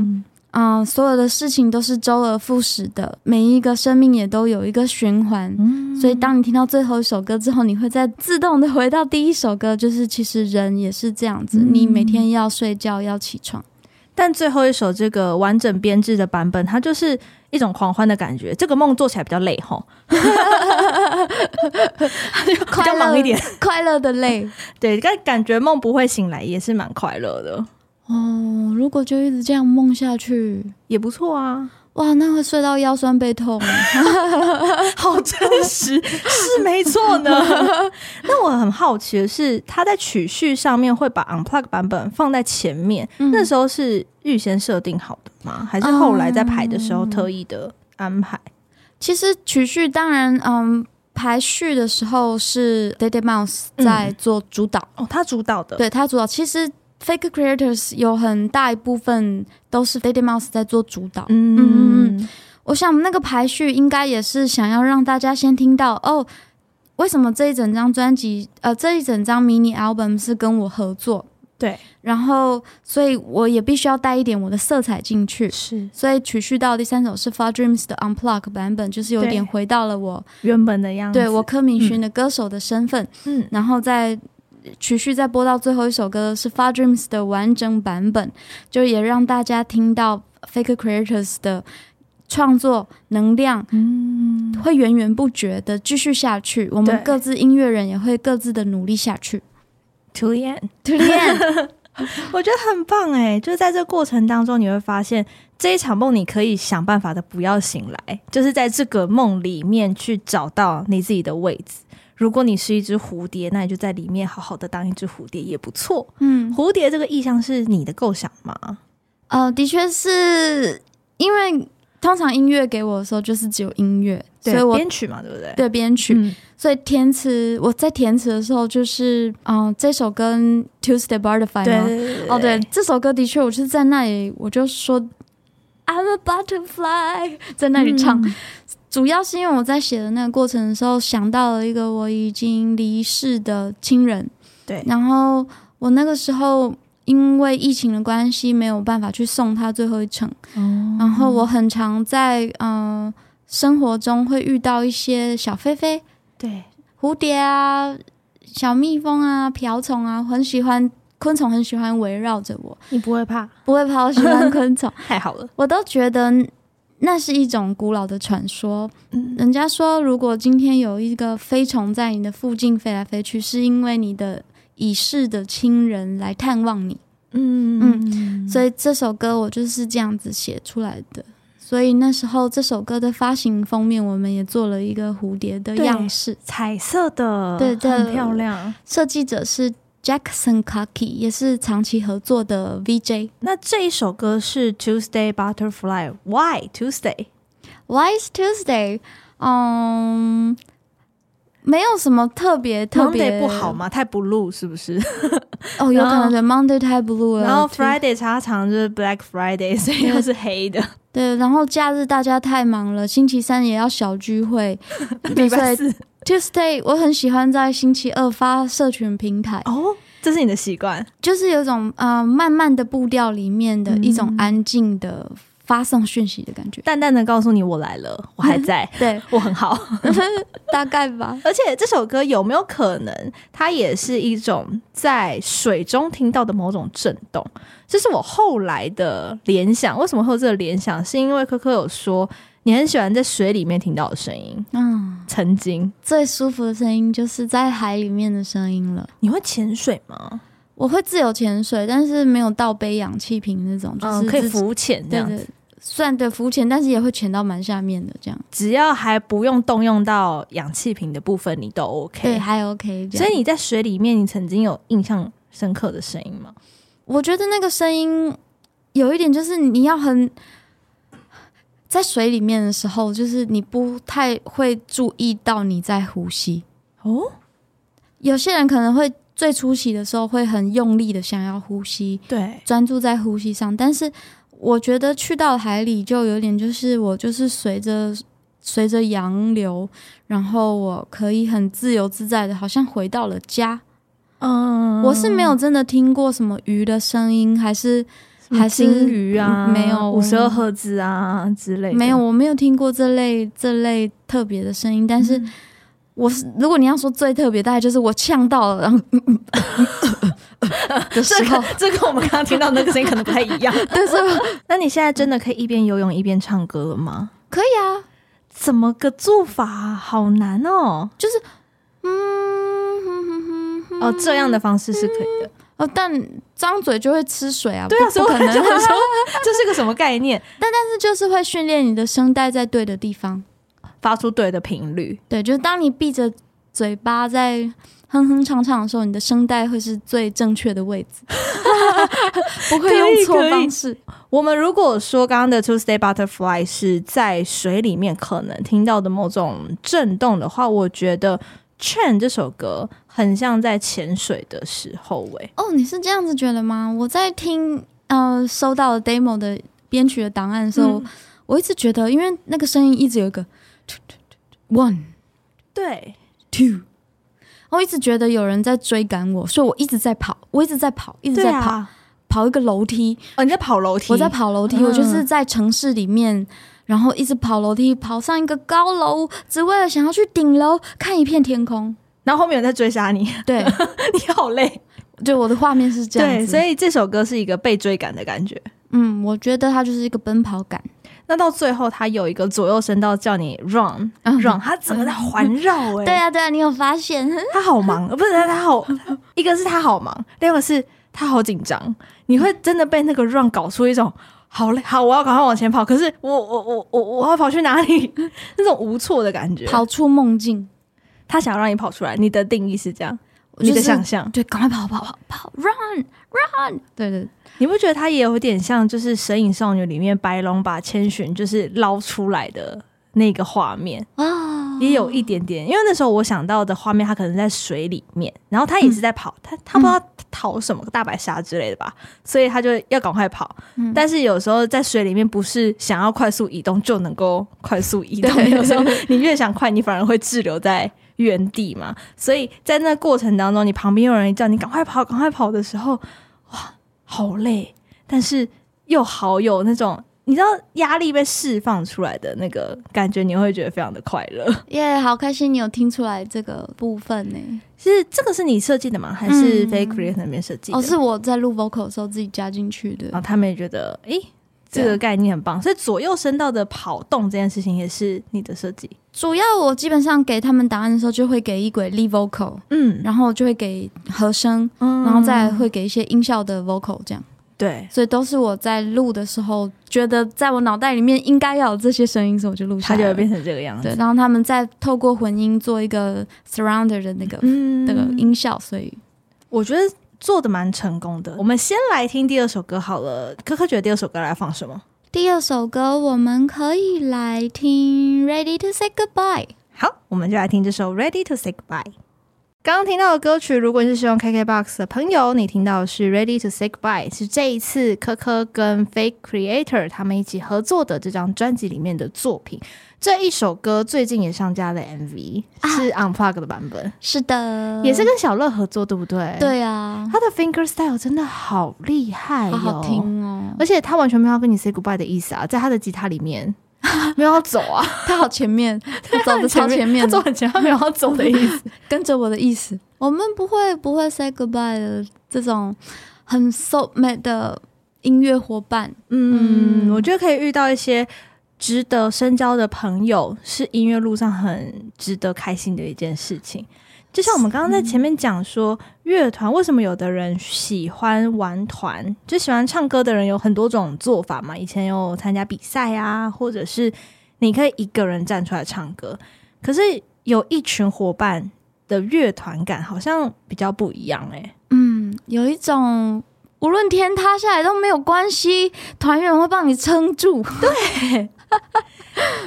Speaker 2: 嗯，所有的事情都是周而复始的，每一个生命也都有一个循环。所以，当你听到最后一首歌之后，你会再自动的回到第一首歌，就是其实人也是这样子，
Speaker 1: 嗯
Speaker 2: 你每天要睡觉，要起床。
Speaker 1: 但最后一首这个完整编制的版本，它就是一种狂欢的感觉。这个梦做起来比较累 吼，比较忙一点。
Speaker 2: 快乐的累
Speaker 1: 对，但感觉梦不会醒来也是蛮快乐的，
Speaker 2: 哦。如果就一直这样梦下去，
Speaker 1: 也不错啊，
Speaker 2: 哇，那会睡到腰酸背痛。
Speaker 1: 好真实是没错 呢。那我很好奇的是，他在曲序上面会把 unplug 版本放在前面，
Speaker 2: 嗯
Speaker 1: 那时候是预先设定好的吗？还是后来在排的时候特意的安排？
Speaker 2: 其实曲序当然，嗯，排序的时候是 d a d y Mouse 在做主导。
Speaker 1: 哦，他主导的，
Speaker 2: 对嗯他主导，其实 Fake Creators 有很大一部分都是 Daddy Mouse 在做主导。嗯
Speaker 1: 嗯
Speaker 2: 我想那个排序应该也是想要让大家先听到哦，为什么这一整张专辑，呃，这一整张 mini album 是跟我合作，
Speaker 1: 对，
Speaker 2: 然后所以我也必须要带一点我的色彩进去。
Speaker 1: 是
Speaker 2: 所以曲序到第三首是 Far Dreams 的 Unplug 版本，就是有
Speaker 1: 对嗯
Speaker 2: 点回到了我
Speaker 1: 原本的样子。
Speaker 2: 对我柯敏勋的歌手的身份，
Speaker 1: 嗯，
Speaker 2: 然后再曲序再播到最后一首歌是《Far Dreams》的完整版本，就也让大家听到 Faker Creators 的创作能量，嗯，会源源不绝的继续下去。我
Speaker 1: 对
Speaker 2: 们各自音乐人也会各自的努力下去。
Speaker 1: 涂烟，
Speaker 2: To the end，
Speaker 1: 我觉得很棒哎、就是在这过程当中，你会发现这一场梦，你可以想办法的不要醒来，就是在这个梦里面去找到你自己的位置。如果你是一只蝴蝶，那你就在里面好好的当一只蝴蝶也不错。
Speaker 2: 嗯，
Speaker 1: 蝴蝶这个意象是你的构想吗？
Speaker 2: 呃，的确是因为通常音乐给我的时候就是只有音乐，所以我
Speaker 1: 编曲嘛，对不对？
Speaker 2: 对编曲，
Speaker 1: 嗯
Speaker 2: 所以填词我在填词的时候就是，嗯、这首跟 Tuesday Butterfly
Speaker 1: 对
Speaker 2: 吗
Speaker 1: 对对
Speaker 2: 哦，对，，这首歌的确，我就是在那里，我就说 I'm a butterfly，在 那里唱。
Speaker 1: 嗯
Speaker 2: 主要是因为我在写的那个过程的时候，想到了一个我已经离世的亲人，
Speaker 1: 对
Speaker 2: 然后我那个时候因为疫情的关系，没有办法去送他最后一程。
Speaker 1: 嗯
Speaker 2: 然后我很常在嗯、呃生活中会遇到一些小飞飞，
Speaker 1: 对，
Speaker 2: 蝴蝶啊、小蜜蜂啊、瓢虫啊，很喜欢昆虫，很喜欢围绕着我，
Speaker 1: 你不会怕，，
Speaker 2: 不会怕，我喜欢昆虫
Speaker 1: 太好了。
Speaker 2: 我都觉得那是一种古老的传说。人家说，如果今天有一个飞虫在你的附近飞来飞去，是因为你的已逝的亲人来探望你，
Speaker 1: 嗯
Speaker 2: 所以这首歌我就是这样子写出来的。所以那时候这首歌的发行封面，我们也做了一个蝴蝶的
Speaker 1: 对
Speaker 2: 样式。
Speaker 1: 彩色的，
Speaker 2: 对对
Speaker 1: 很漂亮。
Speaker 2: 设计者是 Jackson Kaki，也是长期合作的 VJ。
Speaker 1: 那这一首歌是 Tuesday Butterfly Why Tuesday？
Speaker 2: Why is Tuesday？嗯、没有什么特别特别
Speaker 1: Monday 不好吗？太 blue 是不是？
Speaker 2: 哦，有可能对 Monday 太 blue 了，
Speaker 1: 然后
Speaker 2: 对
Speaker 1: Friday 常常就是 Black Friday，所以它是黑的。
Speaker 2: 对，然后假日大家太忙了，星期三也要小聚 会，
Speaker 1: 礼
Speaker 2: 对所
Speaker 1: 拜
Speaker 2: 以
Speaker 1: 四
Speaker 2: Tuesday 我很喜欢在星期二发社群平台，
Speaker 1: 哦，这是你的习惯。
Speaker 2: 就是有一种呃慢慢的步调里面
Speaker 1: 嗯
Speaker 2: 的一种安静的发送讯息的感 觉。
Speaker 1: 淡淡的告诉你我来了，我还 在，
Speaker 2: 对，
Speaker 1: 我很好。
Speaker 2: 大概吧。
Speaker 1: 而且这首歌有没有可能，它也是一种在水中听到的某种震动？这是我后来的联想。为什么会有这个联想？是因为科科有说你很喜欢在水里面听到的声音，
Speaker 2: 嗯，
Speaker 1: 曾经
Speaker 2: 最舒服的声音就是在海里面的声音了。
Speaker 1: 你会潜水吗？
Speaker 2: 我会自由潜水，但是没有倒背氧气瓶那种，就是
Speaker 1: 嗯，可以
Speaker 2: 自己
Speaker 1: 浮潜这
Speaker 2: 对
Speaker 1: 样子。
Speaker 2: 对，虽然对浮潜，但是也会潜到蛮下面的这样。
Speaker 1: 只要还不用动用到氧气瓶的部分，你都
Speaker 2: 对，
Speaker 1: OK。
Speaker 2: 还 OK 这
Speaker 1: 所
Speaker 2: 样。
Speaker 1: 以你在水里面，你曾经有印象深刻的声音吗？
Speaker 2: 我觉得那个声音有一点就是你要很在水里面的时候，就是你不太会注意到你在呼吸。
Speaker 1: 哦，
Speaker 2: 有些人可能会最初期的时候会很用力的想要呼吸，
Speaker 1: 对，
Speaker 2: 专注在呼吸上，但是我觉得去到海里就有点就是我就是随着随着洋流，然后我可以很自由自在的，好像回到了家。
Speaker 1: 嗯
Speaker 2: 我是没有真的听过什么鱼的声音，还是
Speaker 1: 什么
Speaker 2: 还是
Speaker 1: 嗯金鱼啊，
Speaker 2: 嗯没有
Speaker 1: 五十二赫兹啊之类的，
Speaker 2: 没有，我没有听过这类这类特别的声音。但是
Speaker 1: 嗯
Speaker 2: 我是如果你要说最特别，大概就是我呛 到了，然后的时
Speaker 1: 这
Speaker 2: 候
Speaker 1: 个， 这个我们刚刚听到那个声音可能不太一样。
Speaker 2: 但是
Speaker 1: 那你现在真的可以一边游泳一边唱歌了吗？
Speaker 2: 可以啊，
Speaker 1: 怎么个做法啊？好难哦！
Speaker 2: 就是嗯哼哼哼哼
Speaker 1: 哦，这样的方式是可以的。
Speaker 2: 哦，但张嘴就会吃水啊，
Speaker 1: 嗯对啊，
Speaker 2: 不
Speaker 1: 所以
Speaker 2: 不
Speaker 1: 我
Speaker 2: 可能，
Speaker 1: 就
Speaker 2: 但
Speaker 1: 想说 这是个什么概念？
Speaker 2: 是就是会训练你的声带在对的地方。
Speaker 1: 发出对的频率。
Speaker 2: 对，就是当你闭着嘴巴在哼哼唱唱的时候，你的声带会是最正确的位置， 不会用错方式。
Speaker 1: 我们如果说刚刚的 Tuesday Butterfly 是在水里面可能听到的某种震动的话，我觉得 Chain 这首歌很像在潜水的时候、欸，
Speaker 2: 哦，你是这样子觉得吗？我在听呃收到的 demo 的编曲的档案的时候，
Speaker 1: 嗯
Speaker 2: 我一直觉得，因为那个声音一直有一个 one
Speaker 1: 对，
Speaker 2: two。我一直觉得有人在追赶我，所以我一直在跑，我一直在跑，一
Speaker 1: 一
Speaker 2: 直在跑，跑一个楼梯，
Speaker 1: 哦，你啊在跑楼梯，
Speaker 2: 我在跑楼梯，
Speaker 1: 嗯
Speaker 2: 我就是在城市里面，然后一直跑楼梯，跑上一个高楼，只为了想要去顶楼看一片 天空。
Speaker 1: 然后后面有人在追杀你，
Speaker 2: 对，
Speaker 1: 你好累。
Speaker 2: 就我的画面是这样
Speaker 1: 对，
Speaker 2: 子。
Speaker 1: 所
Speaker 2: 以，
Speaker 1: 以这首歌是一个被追赶的感觉。
Speaker 2: 嗯，我觉得它就是一个奔跑感。
Speaker 1: 那到最后，它有一个左右声道叫你 run
Speaker 2: 嗯
Speaker 1: run，它整个在环绕、欸，
Speaker 2: 对啊，对啊，你有发现？
Speaker 1: 他好忙，呃不是他他好， 一个是他好忙，另一个是他好紧张。你会真的被那个 run 搞出一种好累，好，我要赶快往前跑，可是我我我我我要跑去哪里？ 那种无措的感觉。
Speaker 2: 跑出梦境，
Speaker 1: 他想要让你跑出来，你的定义是这样，
Speaker 2: 就是
Speaker 1: 你的想象，
Speaker 2: 对，赶快跑跑跑跑，run run。对对，
Speaker 1: 你不觉得他也有点像就是《神隐少女》里面白龙把千寻就是捞出来的那个画面？
Speaker 2: 啊，
Speaker 1: 也有一点点，因为那时候我想到的画面，他可能在水里面，然后他也是在跑，他他
Speaker 2: 嗯
Speaker 1: 不知道逃什么大白鲨之类的吧，所以他就要赶快跑。
Speaker 2: 嗯
Speaker 1: 但是有时候在水里面，不是想要快速移动就能够快速移动，
Speaker 2: 对
Speaker 1: 有时候你越想快，你反而会滞留在原地嘛。所以在那过程当中，你旁边有人叫你赶快跑，赶快跑的时候，哇，好累，但是又好有那种。你知道压力被释放出来的那个感觉，你会觉得非常的快乐。
Speaker 2: 耶好开心你有听出来这个部分呢。
Speaker 1: 是这个是你设计的吗？还是
Speaker 2: 嗯
Speaker 1: Fake Create 那边设计的？
Speaker 2: 哦，是我在录 vocal 的时候自己加进去的
Speaker 1: 然。后他们也觉得，诶，
Speaker 2: 啊
Speaker 1: 这个概念很棒，所以左右声道的跑动这件事情也是你的设计。
Speaker 2: 主要我基本上给他们答案的时候，就会给一轨 lead vocal，
Speaker 1: 嗯，
Speaker 2: 然后就会给和声，
Speaker 1: 嗯
Speaker 2: 然后再会给一些音效的 vocal，这样，
Speaker 1: 对，
Speaker 2: 所以都是我在录的时候觉得在我脑袋里面应该要有这些声音，所以我就录下
Speaker 1: 它
Speaker 2: 来
Speaker 1: 就
Speaker 2: 了。
Speaker 1: 会变成这个样
Speaker 2: 对，
Speaker 1: 子。
Speaker 2: 然后他们再透过混音做一个 surrounder 的那个、
Speaker 1: 嗯
Speaker 2: 那个音效，所以
Speaker 1: 我觉得做的蛮成功的。我们先来听第二首歌好了。科科觉得第二首歌来放什么？
Speaker 2: 第二首歌我们可以来听 Ready to Say Goodbye。
Speaker 1: 好，我们就来听这首《Ready to Say Goodbye》。刚刚听到的歌曲，如果你是使用 KKBOX 的朋友，你听到的是《Ready to Say Goodbye》，是这一次科科跟 Fake Creator 他们一起合作的这张专辑里面的作品。这一首歌最近也上架了 MV，、是
Speaker 2: 啊
Speaker 1: Unplug 的版本，
Speaker 2: 是的，
Speaker 1: 也是跟小乐合作，对不对？，
Speaker 2: 嗯对啊，
Speaker 1: 他的 Finger Style 真的好厉害、
Speaker 2: 好好听哦，
Speaker 1: 而且他完全没有要跟你 say goodbye 的意思啊，在他的吉他里 面没有要走啊，
Speaker 2: 他好前面， 他走的超前面
Speaker 1: 他
Speaker 2: 的
Speaker 1: 走，很前，他没有要走的意思。
Speaker 2: 跟着我的意思，我们不会不会 say goodbye 的这种很 soulmate 的音乐伙伴，
Speaker 1: 嗯，
Speaker 2: 嗯
Speaker 1: 我觉得可以遇到一些值得深交的朋友，是音乐路上很值得开心的一件事情。就像我们刚刚在前面讲说，乐团为什么有的人喜欢玩团，就喜欢唱歌的人有很多种做法嘛。以前有参加比赛啊，或者是你可以一个人站出来唱歌，可是有一群伙伴的乐团感好像比较不一样哎、
Speaker 2: 嗯，有一种。无论天塌下来都没有关系，团员会帮你撑住。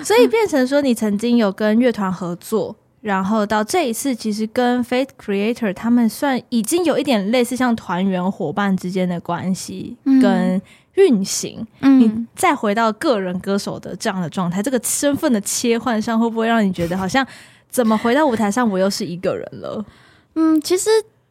Speaker 1: 所以变成说，你曾经有跟乐团合作，然后到这一次，其实跟 Fate Creator 他们算已经有一点类似像团员伙伴之间的关系、
Speaker 2: 嗯
Speaker 1: 跟运行。你
Speaker 2: 嗯，
Speaker 1: 再回到个人歌手的这样的状态，这个身份的切换上，会不会让你觉得好像怎么回到舞台上，我又是一个人了？
Speaker 2: 嗯，其实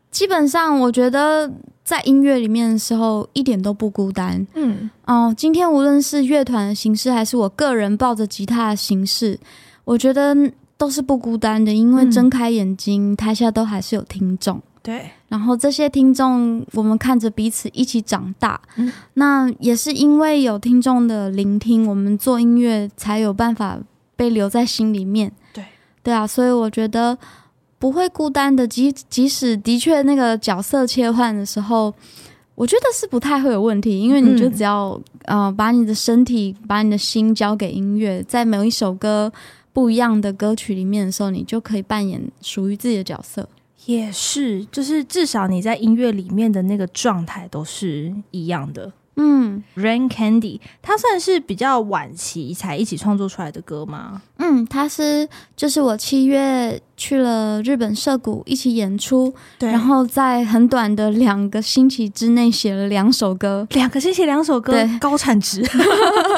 Speaker 2: 基本上我觉得在音乐里面的时候一点都不孤单
Speaker 1: 嗯
Speaker 2: 哦。今天无论是乐团的形式，还是我个人抱着吉他的形式，我觉得都是不孤单的，因为
Speaker 1: 嗯
Speaker 2: 睁开眼睛，台下都还是有听众。
Speaker 1: 对，
Speaker 2: 然后这些听众，我们看着彼此一起长大。
Speaker 1: 嗯
Speaker 2: 那也是因为有听众的聆听，我们做音乐才有办法被留在心里面。
Speaker 1: 对，
Speaker 2: 对啊，所以我觉得不会孤单的。即即使的确那个角色切换的时候，我觉得是不太会有问题，因为你就
Speaker 1: 嗯
Speaker 2: 只要、呃把你的身体、把你的心交给音乐，在某一首歌不一样的歌曲里面的时候，你就可以扮演属于自己的角色。
Speaker 1: 也是，就是至少你在音乐里面的那个状态都是一样的。
Speaker 2: 嗯。
Speaker 1: Rain Candy，它算是比较晚期才一起创作出来的歌吗？
Speaker 2: 嗯，他是就是我七月去了日本涉谷一起演出，
Speaker 1: 对，
Speaker 2: 然后在很短的两个星期之内写了两首歌
Speaker 1: 两个星期两首歌，
Speaker 2: 对
Speaker 1: 高产值。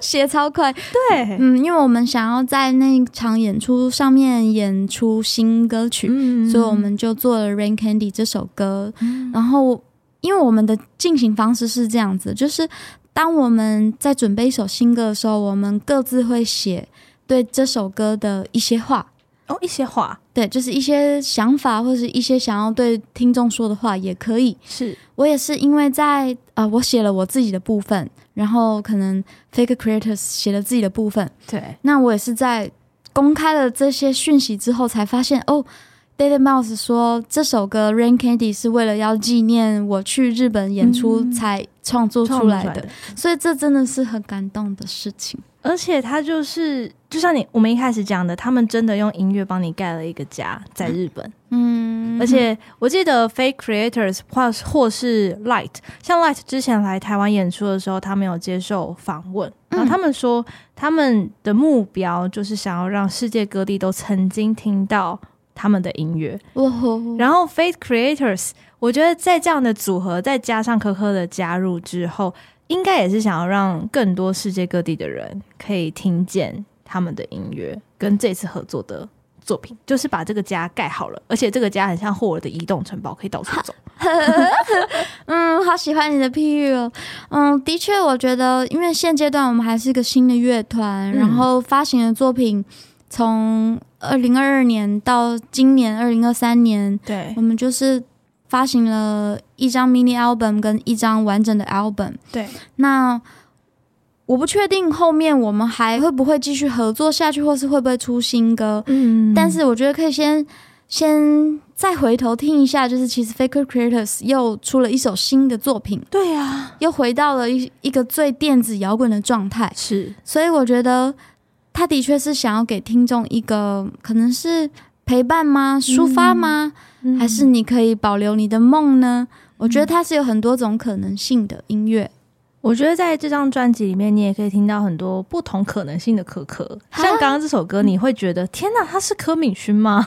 Speaker 2: 写超快。
Speaker 1: 对，
Speaker 2: 嗯，因为我们想要在那场演出上面演出新歌曲，
Speaker 1: 嗯
Speaker 2: 所以我们就做了《Rain Candy》这首歌。
Speaker 1: 嗯
Speaker 2: 然后，因为我们的进行方式是这样子，就是当我们在准备一首新歌的时候，我们各自会写对这首歌的一些话。
Speaker 1: 哦一些话
Speaker 2: 对，就是一些想法或是一些想要对听众说的话也可以。
Speaker 1: 是
Speaker 2: 我也是因为在呃，我写了我自己的部分，然后可能 Fake Creators 写了自己的部分，
Speaker 1: 对，
Speaker 2: 那我也是在公开了这些讯息之后才发现哦。Daily Mouse 说，这首歌《Rain Candy》是为了要纪念我去日本演出
Speaker 1: 嗯
Speaker 2: 才创作
Speaker 1: 创
Speaker 2: 出
Speaker 1: 作
Speaker 2: 来的，
Speaker 1: 的。
Speaker 2: 所以这真的是很感动的事情。
Speaker 1: 而且它就是，就像你我们一开始讲的，他们真的用音乐帮你盖了一个家，在日本。
Speaker 2: 嗯，
Speaker 1: 而且我记得 Fake Creators 或或是 Light，像 Light 之前来台湾演出的时候，他们有接受访问，然后他们说他们的目标就是想要让世界各地都曾经听到他们的音乐。
Speaker 2: 哇，
Speaker 1: 然后 Fate Creators，我觉得在这样的组合，再加上科科的加入之后，应该也是想要让更多世界各地的人可以听见他们的音乐，跟这次合作的作品，就是把这个家盖好了，而且这个家很像霍尔的移动城堡，可以到 处走。
Speaker 2: 嗯，好喜欢你的譬喻哦。嗯，的确，我觉得，因为现阶段我们还是一个新的乐团，
Speaker 1: 嗯
Speaker 2: 然后发行的作品从二零二二年到今年二零二三年，
Speaker 1: 对
Speaker 2: 我们就是发行了一张 mini album 跟一张完整的 album。
Speaker 1: 对，
Speaker 2: 那我不确定后面我们还会不会继续合作下去，或是会不会出新歌。
Speaker 1: 嗯
Speaker 2: 但是我觉得可以先先再回头听一下，就是其实 Faker Creators 又出了一首新的作品，
Speaker 1: 对啊呀、
Speaker 2: 又回到了一一个最电子摇滚的状态，
Speaker 1: 是
Speaker 2: 所以我觉得他的确是想要给听众一个可能是陪伴吗、抒发吗，
Speaker 1: 嗯
Speaker 2: 还是你可以保留你的梦呢？我觉得它是有很多种可能性的音乐，
Speaker 1: 我觉得在这张专辑里面，你也可以听到很多不同可能性的可可。
Speaker 2: 啊
Speaker 1: 像刚刚这首歌，你会觉得天哪，他是柯敏勋 吗？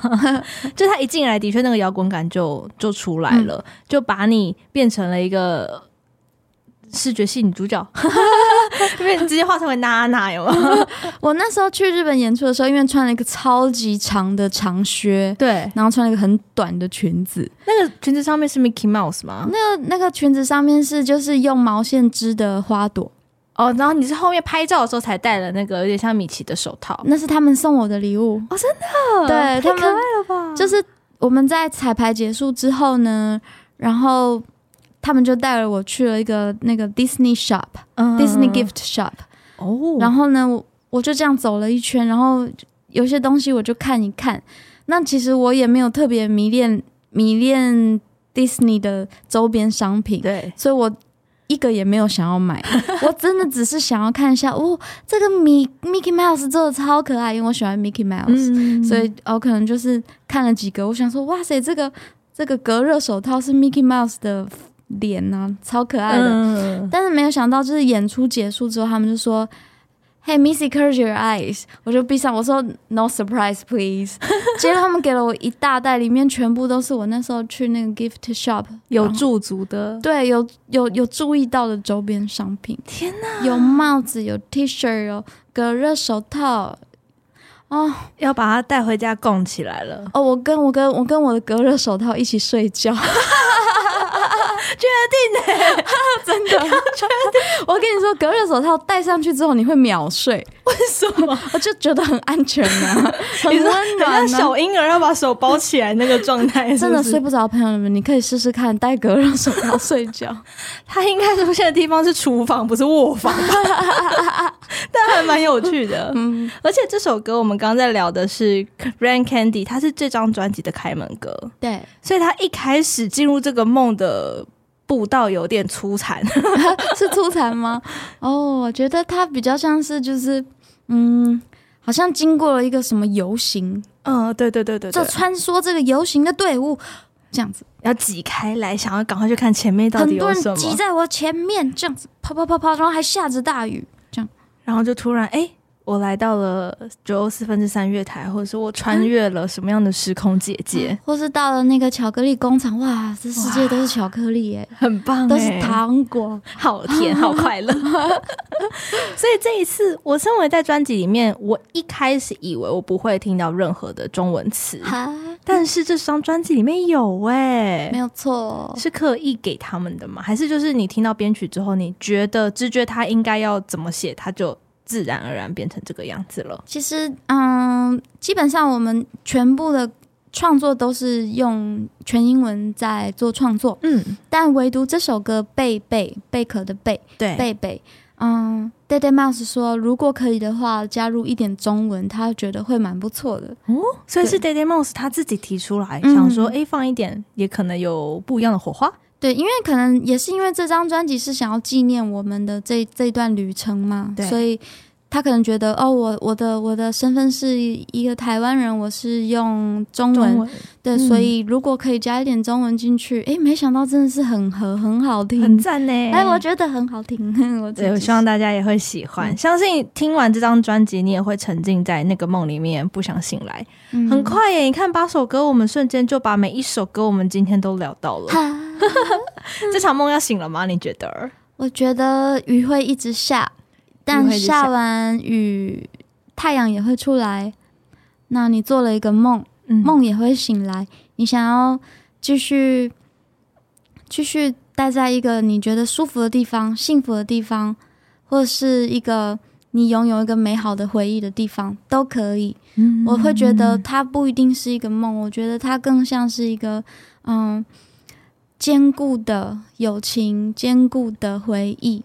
Speaker 1: 就他一进来，的确那个摇滚感就就出来了，
Speaker 2: 嗯
Speaker 1: 就把你变成了一个视觉系女主 角，因为你直接化成为娜娜，有吗？
Speaker 2: 我那时候去日本演出的时候，因为穿了一个超级长的长靴，
Speaker 1: 对，
Speaker 2: 然后穿了一个很短的裙子，
Speaker 1: 那个裙子上面是 Mickey Mouse 吗？
Speaker 2: 那那个裙子上面是就是用毛线织的花朵，
Speaker 1: 哦，然后你是后面拍照的时候才戴了那个有点像米奇的手套，
Speaker 2: 那是他们送我的礼物。
Speaker 1: 哦，真的，
Speaker 2: 嗯对
Speaker 1: 太
Speaker 2: 他
Speaker 1: 可爱
Speaker 2: 们
Speaker 1: 了吧？
Speaker 2: 就是我们在彩排结束之后呢，然后他们就带了我去了一个那个 Disney shop、
Speaker 1: 嗯
Speaker 2: Disney gift shop，
Speaker 1: 哦，
Speaker 2: 然后呢，我我就这样走了一圈，然后有些东西我就看一看。那其实我也没有特别迷恋迷恋 Disney 的周边商品，
Speaker 1: 对，
Speaker 2: 所以我一个也没有想要买。 我真的只是想要看一下，哦，这个米 Mickey Mouse 做的超可爱，因为我喜欢 Mickey Mouse，、
Speaker 1: 嗯
Speaker 2: 所以我可能就是看了几个，我想说，哇塞，这个这个隔热手套是 Mickey Mouse 的脸呐、超可爱的。
Speaker 1: 嗯
Speaker 2: 但是没有想到，就是演出结束之后，他们就说：“Hey, Missy, close your eyes。”我就闭上，我说：“No surprise, please。” 结果他们给了我一大袋，里面全部都是我那时候去那个 gift shop
Speaker 1: 有
Speaker 2: 然后
Speaker 1: 驻足的，
Speaker 2: 对有有有注意到的周边商品，
Speaker 1: 天哪！
Speaker 2: 有帽子，有 T 恤，有隔热手套。哦
Speaker 1: 要把它带回家供起来 了。
Speaker 2: 哦，我跟我跟我跟我的隔热手套一起睡觉， 确
Speaker 1: 欸
Speaker 2: 定 呢、真的确定。我跟你说，隔热手套戴上去之后，你会秒睡。
Speaker 1: 为什么？
Speaker 2: 我就觉得很安全啊，很
Speaker 1: 你说
Speaker 2: 温
Speaker 1: 很像
Speaker 2: 暖啊
Speaker 1: 小。婴儿要把手包起来那个状 态，
Speaker 2: 真的
Speaker 1: 是
Speaker 2: 睡
Speaker 1: 不是？
Speaker 2: 不着，朋友们，你可以试试看戴隔热手套睡觉。
Speaker 1: 它应该出现的地方是厨房，不是卧房。 但还蛮有趣的，
Speaker 2: 嗯，
Speaker 1: 而且这首歌我们刚刚在聊的是《Rain Candy》，它是这张专辑的开门歌，
Speaker 2: 对，
Speaker 1: 所以它一开始进入这个梦的步道有点粗 残。
Speaker 2: 是出产吗？哦，我觉得它比较像是就是，嗯，好像经过了一个什么游行，
Speaker 1: 嗯，对对对对
Speaker 2: 就
Speaker 1: 对，
Speaker 2: 穿梭这个游行的队伍这样子，
Speaker 1: 要挤开来，想要赶快去看前面到底
Speaker 2: 很多
Speaker 1: 有什
Speaker 2: 人
Speaker 1: 么。
Speaker 2: 挤在我前面这样子，跑跑跑跑，然后还下着大雨，
Speaker 1: 然后就突然哎、诶我来到了九又四分之三月台，或者是我穿越了什么样的时空姐 姐，
Speaker 2: 或是到了那个巧克力工厂，哇，这世界都是巧克力耶、
Speaker 1: 很棒、
Speaker 2: 都是
Speaker 1: 诶，
Speaker 2: 糖果，
Speaker 1: 好甜，好快乐。 所以这一次，我身为在专辑里面，我一开始以为我不会听到任何的中文词，
Speaker 2: 哈，
Speaker 1: 但是这张专辑里面有哎、
Speaker 2: 没有错，
Speaker 1: 是刻意给他们的吗？还是就是你听到编曲之后，你觉得直觉它应该要怎么写，它就自然而然变成这个样子了？
Speaker 2: 其实，嗯，基本上我们全部的创作都是用全英文在做创作，
Speaker 1: 嗯，
Speaker 2: 但唯独这首歌《贝贝贝壳的贝
Speaker 1: 对，
Speaker 2: 贝贝》，嗯，Day Day Mouse 说，如果可以的话，加入一点中文，他觉得会蛮不错的。
Speaker 1: 所以是 Daddy Mouse 他自己提出来，
Speaker 2: 哦嗯
Speaker 1: 想说，哎、放一点也可能有不一样的火花。
Speaker 2: 对，因为可能也是因为这张专辑是想要纪念我们的这这一段旅程嘛
Speaker 1: 对，
Speaker 2: 所以他可能觉得哦，我我的我的身份是一个台湾人，我是用中文对，
Speaker 1: 嗯
Speaker 2: 所以如果可以加一点中文进去，诶，没想到真的是很合，很好听，
Speaker 1: 很赞呢，
Speaker 2: 哎、我觉得很好听， 我自己嗯
Speaker 1: 对，我希望大家也会喜欢。相信听完这张专辑，你也会沉浸在那个梦里面，不想醒来。
Speaker 2: 嗯
Speaker 1: 很快耶，你看八首歌，我们瞬间就把每一首歌我们今天都聊到了。
Speaker 2: 哈，
Speaker 1: 这场梦要醒了吗？你觉得？
Speaker 2: 我觉得雨会一直下，
Speaker 1: 雨
Speaker 2: 但
Speaker 1: 会一直下
Speaker 2: 下完雨太阳也会出来。那你做了一个梦，
Speaker 1: 嗯，
Speaker 2: 梦也会醒来，你想要继续继续待在一个你觉得舒服的地方、幸福的地方，或是一个你拥有一个美好的回忆的地方，都可以。
Speaker 1: 嗯
Speaker 2: 我会觉得它不一定是一个梦，我觉得它更像是一个嗯坚固的友情、坚固的回忆。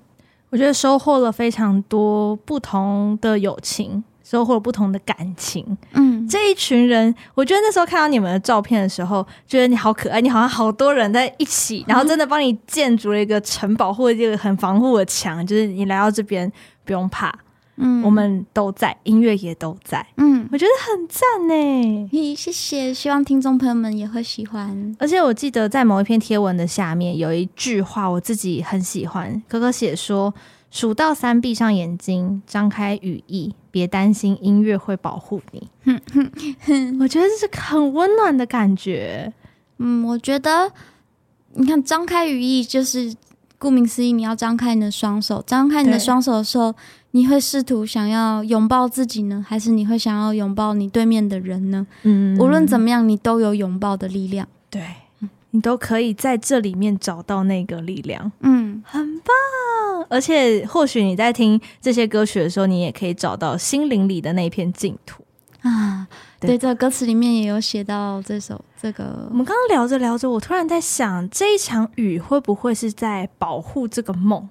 Speaker 1: 我觉得收获了非常多不同的友情，收获了不同的感情。
Speaker 2: 嗯，
Speaker 1: 这一群人，我觉得那时候看到你们的照片的时候，觉得你好可爱，你好像好多人在一起，然后真的帮你建筑了一个城堡或者一个很防护的墙，就是你来到这边不用怕，
Speaker 2: 嗯
Speaker 1: 我们都在，音乐也都在，
Speaker 2: 嗯，
Speaker 1: 我觉得很赞呢。
Speaker 2: 嘿，谢谢，希望听众朋友们也会喜欢。
Speaker 1: 而且我记得在某一篇贴文的下面有一句话，我自己很喜欢。哥哥写说：“数到三，闭上眼睛，张开羽翼，别担心，音乐会保护你。”我觉得这是个很温暖的感觉。
Speaker 2: 嗯，我觉得你看张开羽翼，就是顾名思义，你要张开你的双手。张开你的
Speaker 1: 对
Speaker 2: 双手的时候，你会试图想要拥抱自己呢，还是你会想要拥抱你对面的人呢？
Speaker 1: 嗯
Speaker 2: 无论怎么样，你都有拥抱的力量。
Speaker 1: 对，你都可以在这里面找到那个力量，
Speaker 2: 嗯，
Speaker 1: 很棒。而且或许你在听这些歌曲的时候，你也可以找到心灵里的那片净土。
Speaker 2: 啊，
Speaker 1: 对
Speaker 2: 对，这个歌词里面也有写到这首这个
Speaker 1: 我，们刚刚聊着聊着，我突然在想，这一场雨会不会是在保护这个梦？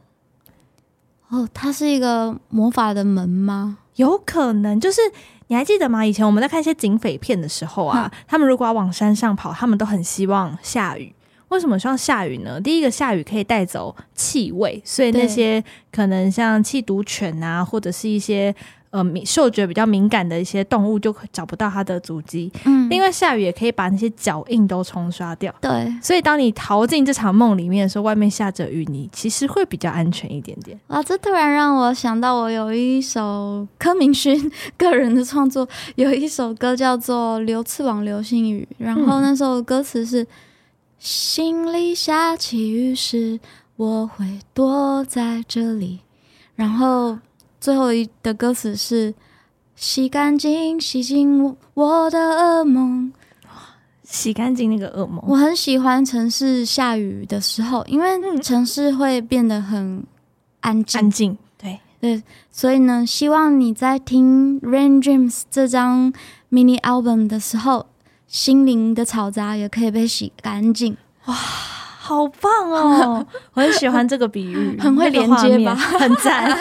Speaker 2: 哦，它是一个魔法的门吗？
Speaker 1: 有可能，就是你还记得吗？以前我们在看一些警匪片的时候啊，他们如果要往山上跑，他们都很希望下雨。为什么希望下雨呢？第一个，下雨可以带走气味，所以那
Speaker 2: 对
Speaker 1: 些可能像气毒犬啊，或者是一些呃敏嗅觉比较敏感的一些动物，就找不到它的足迹。
Speaker 2: 嗯，
Speaker 1: 另外，下雨也可以把那些脚印都冲刷掉。
Speaker 2: 对，
Speaker 1: 所以，当你逃进这场梦里面的时候，外面下着雨，你其实会比较安全一点点。
Speaker 2: 哇，啊这突然让我想到，我有一首柯明勋 个人的创作，有一首歌叫做《流刺往流星雨》，然后那首歌词是：心里下起雨时，我会躲在这里。然后最后一的歌词是：洗干净，洗净我我的噩梦。
Speaker 1: 洗干净那个噩梦，
Speaker 2: 我很喜欢城市下雨的时候，因为城市会变得很安静
Speaker 1: 安。静。对，
Speaker 2: 所以呢，希望你在听《Rain Dreams》这张 mini album 的时候，心灵的嘈杂也可以被洗干净。
Speaker 1: 好棒哦！ 我很喜欢这个比 喻，
Speaker 2: 很会连接
Speaker 1: 那
Speaker 2: 吧
Speaker 1: 个 画面很赞。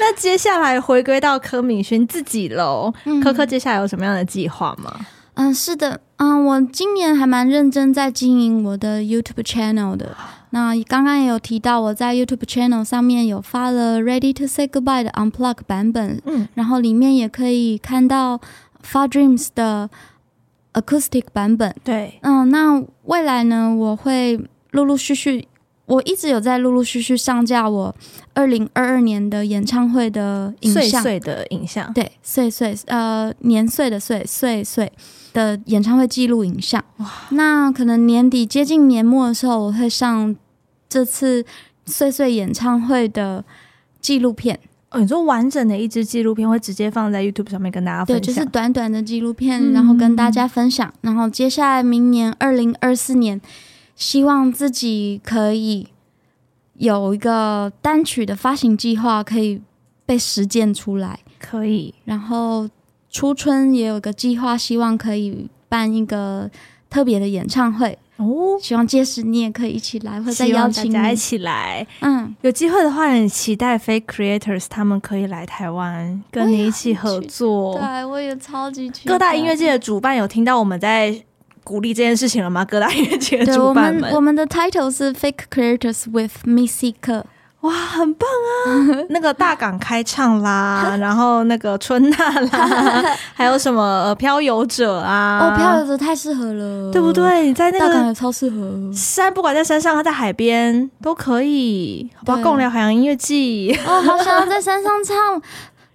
Speaker 1: 那接下来回归到柯敏轩自己喽，
Speaker 2: 嗯
Speaker 1: 科科接下来有什么样的计划吗？
Speaker 2: 嗯，是的，嗯，我今年还蛮认真在经营我的 YouTube channel 的。那刚刚也有提到，我在 YouTube channel 上面有发了《Ready to Say Goodbye》的 Unplug 版本，
Speaker 1: 嗯，
Speaker 2: 然后里面也可以看到 Far Dreams 的 acoustic 版本。
Speaker 1: 对，
Speaker 2: 嗯，那未来呢，我会陆陆续续，我一直有在陆陆续续上架我二零二二年的演唱会的影
Speaker 1: 碎
Speaker 2: 像，
Speaker 1: 碎的影像。
Speaker 2: 对，岁岁呃年岁的岁岁岁的演唱会记录影像。哇，那可能年底接近年末的时候，我会上这次岁岁演唱会的纪录片。
Speaker 1: 哦，你说完整的一支纪录片会直接放在 YouTube 上面跟大家分
Speaker 2: 对，
Speaker 1: 享，
Speaker 2: 就是短短的纪录
Speaker 1: 嗯
Speaker 2: 片，然后跟大家分享。然后接下来明年二零二四年，希望自己可以有一个单曲的发行计划，可以被实践出来。
Speaker 1: 可以
Speaker 2: 然后初春也有个计划，希望可以办一个特别的演唱会，
Speaker 1: 哦。
Speaker 2: 希望届时你也可以一起来，会再
Speaker 1: 希
Speaker 2: 邀
Speaker 1: 望大
Speaker 2: 请
Speaker 1: 家一
Speaker 2: 你。
Speaker 1: 起来，
Speaker 2: 嗯，
Speaker 1: 有机会的话，很期待 Fake Creators 他们可以来台湾跟你一起合作。
Speaker 2: 对，我也超级期待
Speaker 1: 哦各大音乐季的主办有听到我们在鼓励这件事情了吗？各大音乐季的
Speaker 2: 对
Speaker 1: 主
Speaker 2: 我
Speaker 1: 哎办
Speaker 2: 们我们的 title 是 Fake Creators with Music。
Speaker 1: 哇，很棒 啊！那个大港开唱 啦，然后那个春娜啦， 还有什么呃漂游者啊，
Speaker 2: 哦，漂流者太适合了，
Speaker 1: 对不？对？你在那
Speaker 2: 大港
Speaker 1: 个
Speaker 2: 也超 适合
Speaker 1: 山，不管在山上，它在海边都可以，好不好？
Speaker 2: 对
Speaker 1: 共聊海洋音乐 季，
Speaker 2: 哦，好想要在山上唱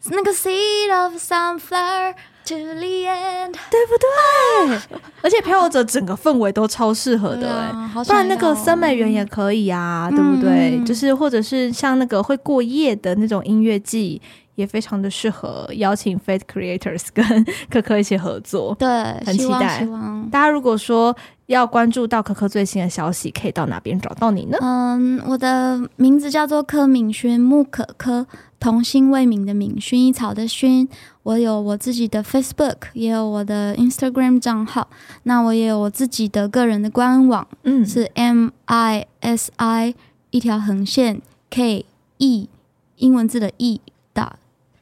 Speaker 2: 那个 Seed of Sunflower to the End
Speaker 1: 对不对？而且漂游者整个氛围都超适合的、哎、
Speaker 2: 啊，好
Speaker 1: 不
Speaker 2: 想
Speaker 1: 然那个
Speaker 2: 要
Speaker 1: 森美园也可以啊，
Speaker 2: 嗯
Speaker 1: 对不对？
Speaker 2: 嗯
Speaker 1: 就是或者是像那个会过夜的那种音乐季，也非常的适合邀请 Fate Creators 跟 可可一起合作。
Speaker 2: 对，
Speaker 1: 很
Speaker 2: 希
Speaker 1: 期
Speaker 2: 望
Speaker 1: 待
Speaker 2: 希望。
Speaker 1: 大家如果说要关注到可可最新的消息，可以到哪边找到你呢？
Speaker 2: 嗯，我的名字叫做柯敏轩，木可柯，童心未泯的泯，薰衣草的薰。我有我自己的 Facebook，也有我的 Instagram 账号，那我也有我自己的个人的官网。
Speaker 1: 嗯，
Speaker 2: 是 M I S I 一条横线 K E 英文字的 E 打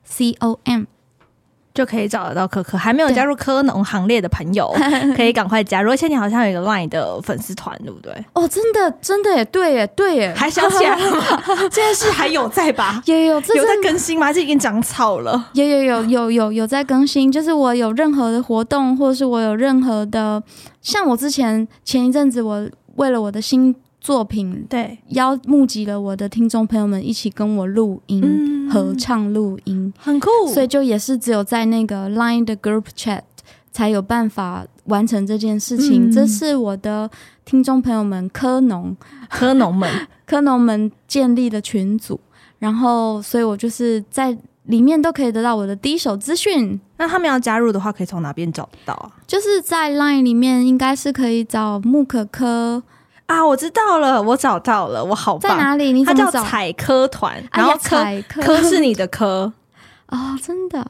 Speaker 2: C O M。
Speaker 1: 就可以找得到科科。还没有加入科农行列的朋 友，可以赶快加入。而且你好像有一个 LINE 的粉丝团，对不 对？
Speaker 2: 哦，真的，真的耶，对耶，对耶，
Speaker 1: 还想起来了 吗？这件事还有在 吧？
Speaker 2: 有有，这
Speaker 1: 有在
Speaker 2: 真的
Speaker 1: 更新吗？还是已经长草了？
Speaker 2: 有有有有有有在更新，就是我有任何的活动，或者是我有任何的，像我之前前一阵子，我为了我的新作品，
Speaker 1: 对，
Speaker 2: 邀募集了我的听众朋友们一起跟我录音、
Speaker 1: 嗯
Speaker 2: 合唱录音，
Speaker 1: 很酷。
Speaker 2: 所以就也是只有在那个 Line 的 Group Chat 才有办法完成这件事情。
Speaker 1: 嗯
Speaker 2: 这是我的听众朋友们科农
Speaker 1: 科农们，
Speaker 2: 科农们建立的群组，然后所以我就是在里面都可以得到我的第一手资讯。
Speaker 1: 那他们要加入的话，可以从哪边找到啊？
Speaker 2: 就是在 Line 里面，应该是可以找木可可，
Speaker 1: 啊，我知道了，我找到了，我好
Speaker 2: 在
Speaker 1: 棒！
Speaker 2: 哪里？你
Speaker 1: 它
Speaker 2: 怎
Speaker 1: 叫
Speaker 2: 么找？
Speaker 1: 采科团，
Speaker 2: 哎
Speaker 1: 然
Speaker 2: 呀
Speaker 1: 后科、
Speaker 2: 采科
Speaker 1: 科是你的 科，
Speaker 2: 哦，真的，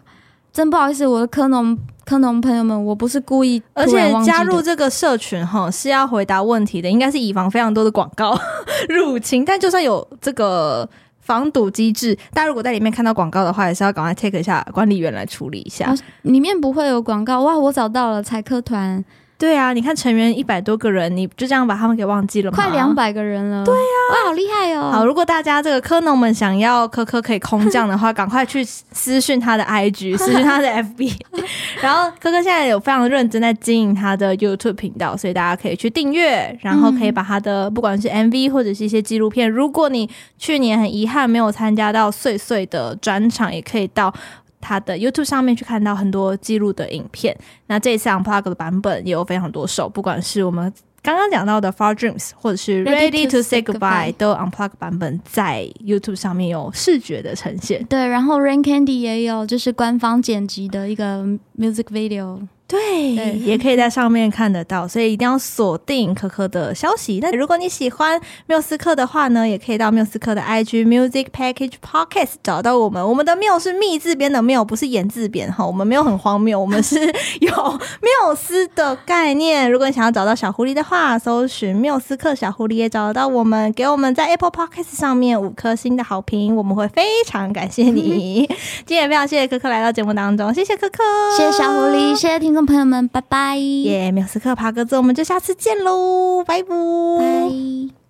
Speaker 2: 真不好意思，我的科农科农朋友们，我不是故意
Speaker 1: 而
Speaker 2: 突然
Speaker 1: 且
Speaker 2: 忘记
Speaker 1: 加入
Speaker 2: 的
Speaker 1: 这个社群哈是要回答问题的，应该是以防非常多的广告 入侵。但就算有这个防堵机制，大家如果在里面看到广告的话，也是要赶快 take 一下管理员来处理一下。
Speaker 2: 好里面不会有广告哇！我找到了采科团，
Speaker 1: 对啊，你看成员一百多个人，你就这样把他们给忘记了吗？
Speaker 2: 快两。百个人了，对呀、哇，好厉害哦！
Speaker 1: 好，如果大家这个科农们想要科科可以空降的话，赶 快去私讯他的 IG，私讯他的 FB。然后科科现在有非常认真在经营他的 YouTube 频道，所以大家可以去订阅，然后可以把他的、不管是 MV 或者是一些纪录片，如果你去年很遗憾没有参加到碎碎的专场，也可以到。他的 YouTube 上面去看到很多记录的影片，那这一次 Unplug 的版本也有非常多首，不管是我们刚刚讲到的 Far Dreams，或者是 Ready
Speaker 2: Ready
Speaker 1: to Say
Speaker 2: to Say
Speaker 1: Goodbye，
Speaker 2: Goodbye
Speaker 1: 都有 Unplug 版本在 YouTube 上面有视觉的呈现。
Speaker 2: 对，然后 Rain Candy 也有就是官方剪辑的一个 music video，
Speaker 1: 对，
Speaker 2: 对
Speaker 1: 也可以在上面看得到，所以一定要锁定可可的消息。那如果你喜欢缪斯克的话呢，也可以到缪斯克的 IG Music Package Podcast 找到我们。我们的缪是密字边的缪，不是言字边哈。我们没有很荒谬，我们是有缪斯的概念。如果你想要找到小狐狸的话，搜寻缪斯克小狐狸也找得到我们。给我们在 Apple Podcast 上面五颗星的好评，我们会非常感谢 你。 今天也非常谢谢可可来到节目当中，谢谢可可，
Speaker 2: 谢谢小狐狸，谢谢听众朋友们，拜拜，
Speaker 1: 耶，缪斯克爬格子，我们就下次见喽，拜拜。
Speaker 2: 拜。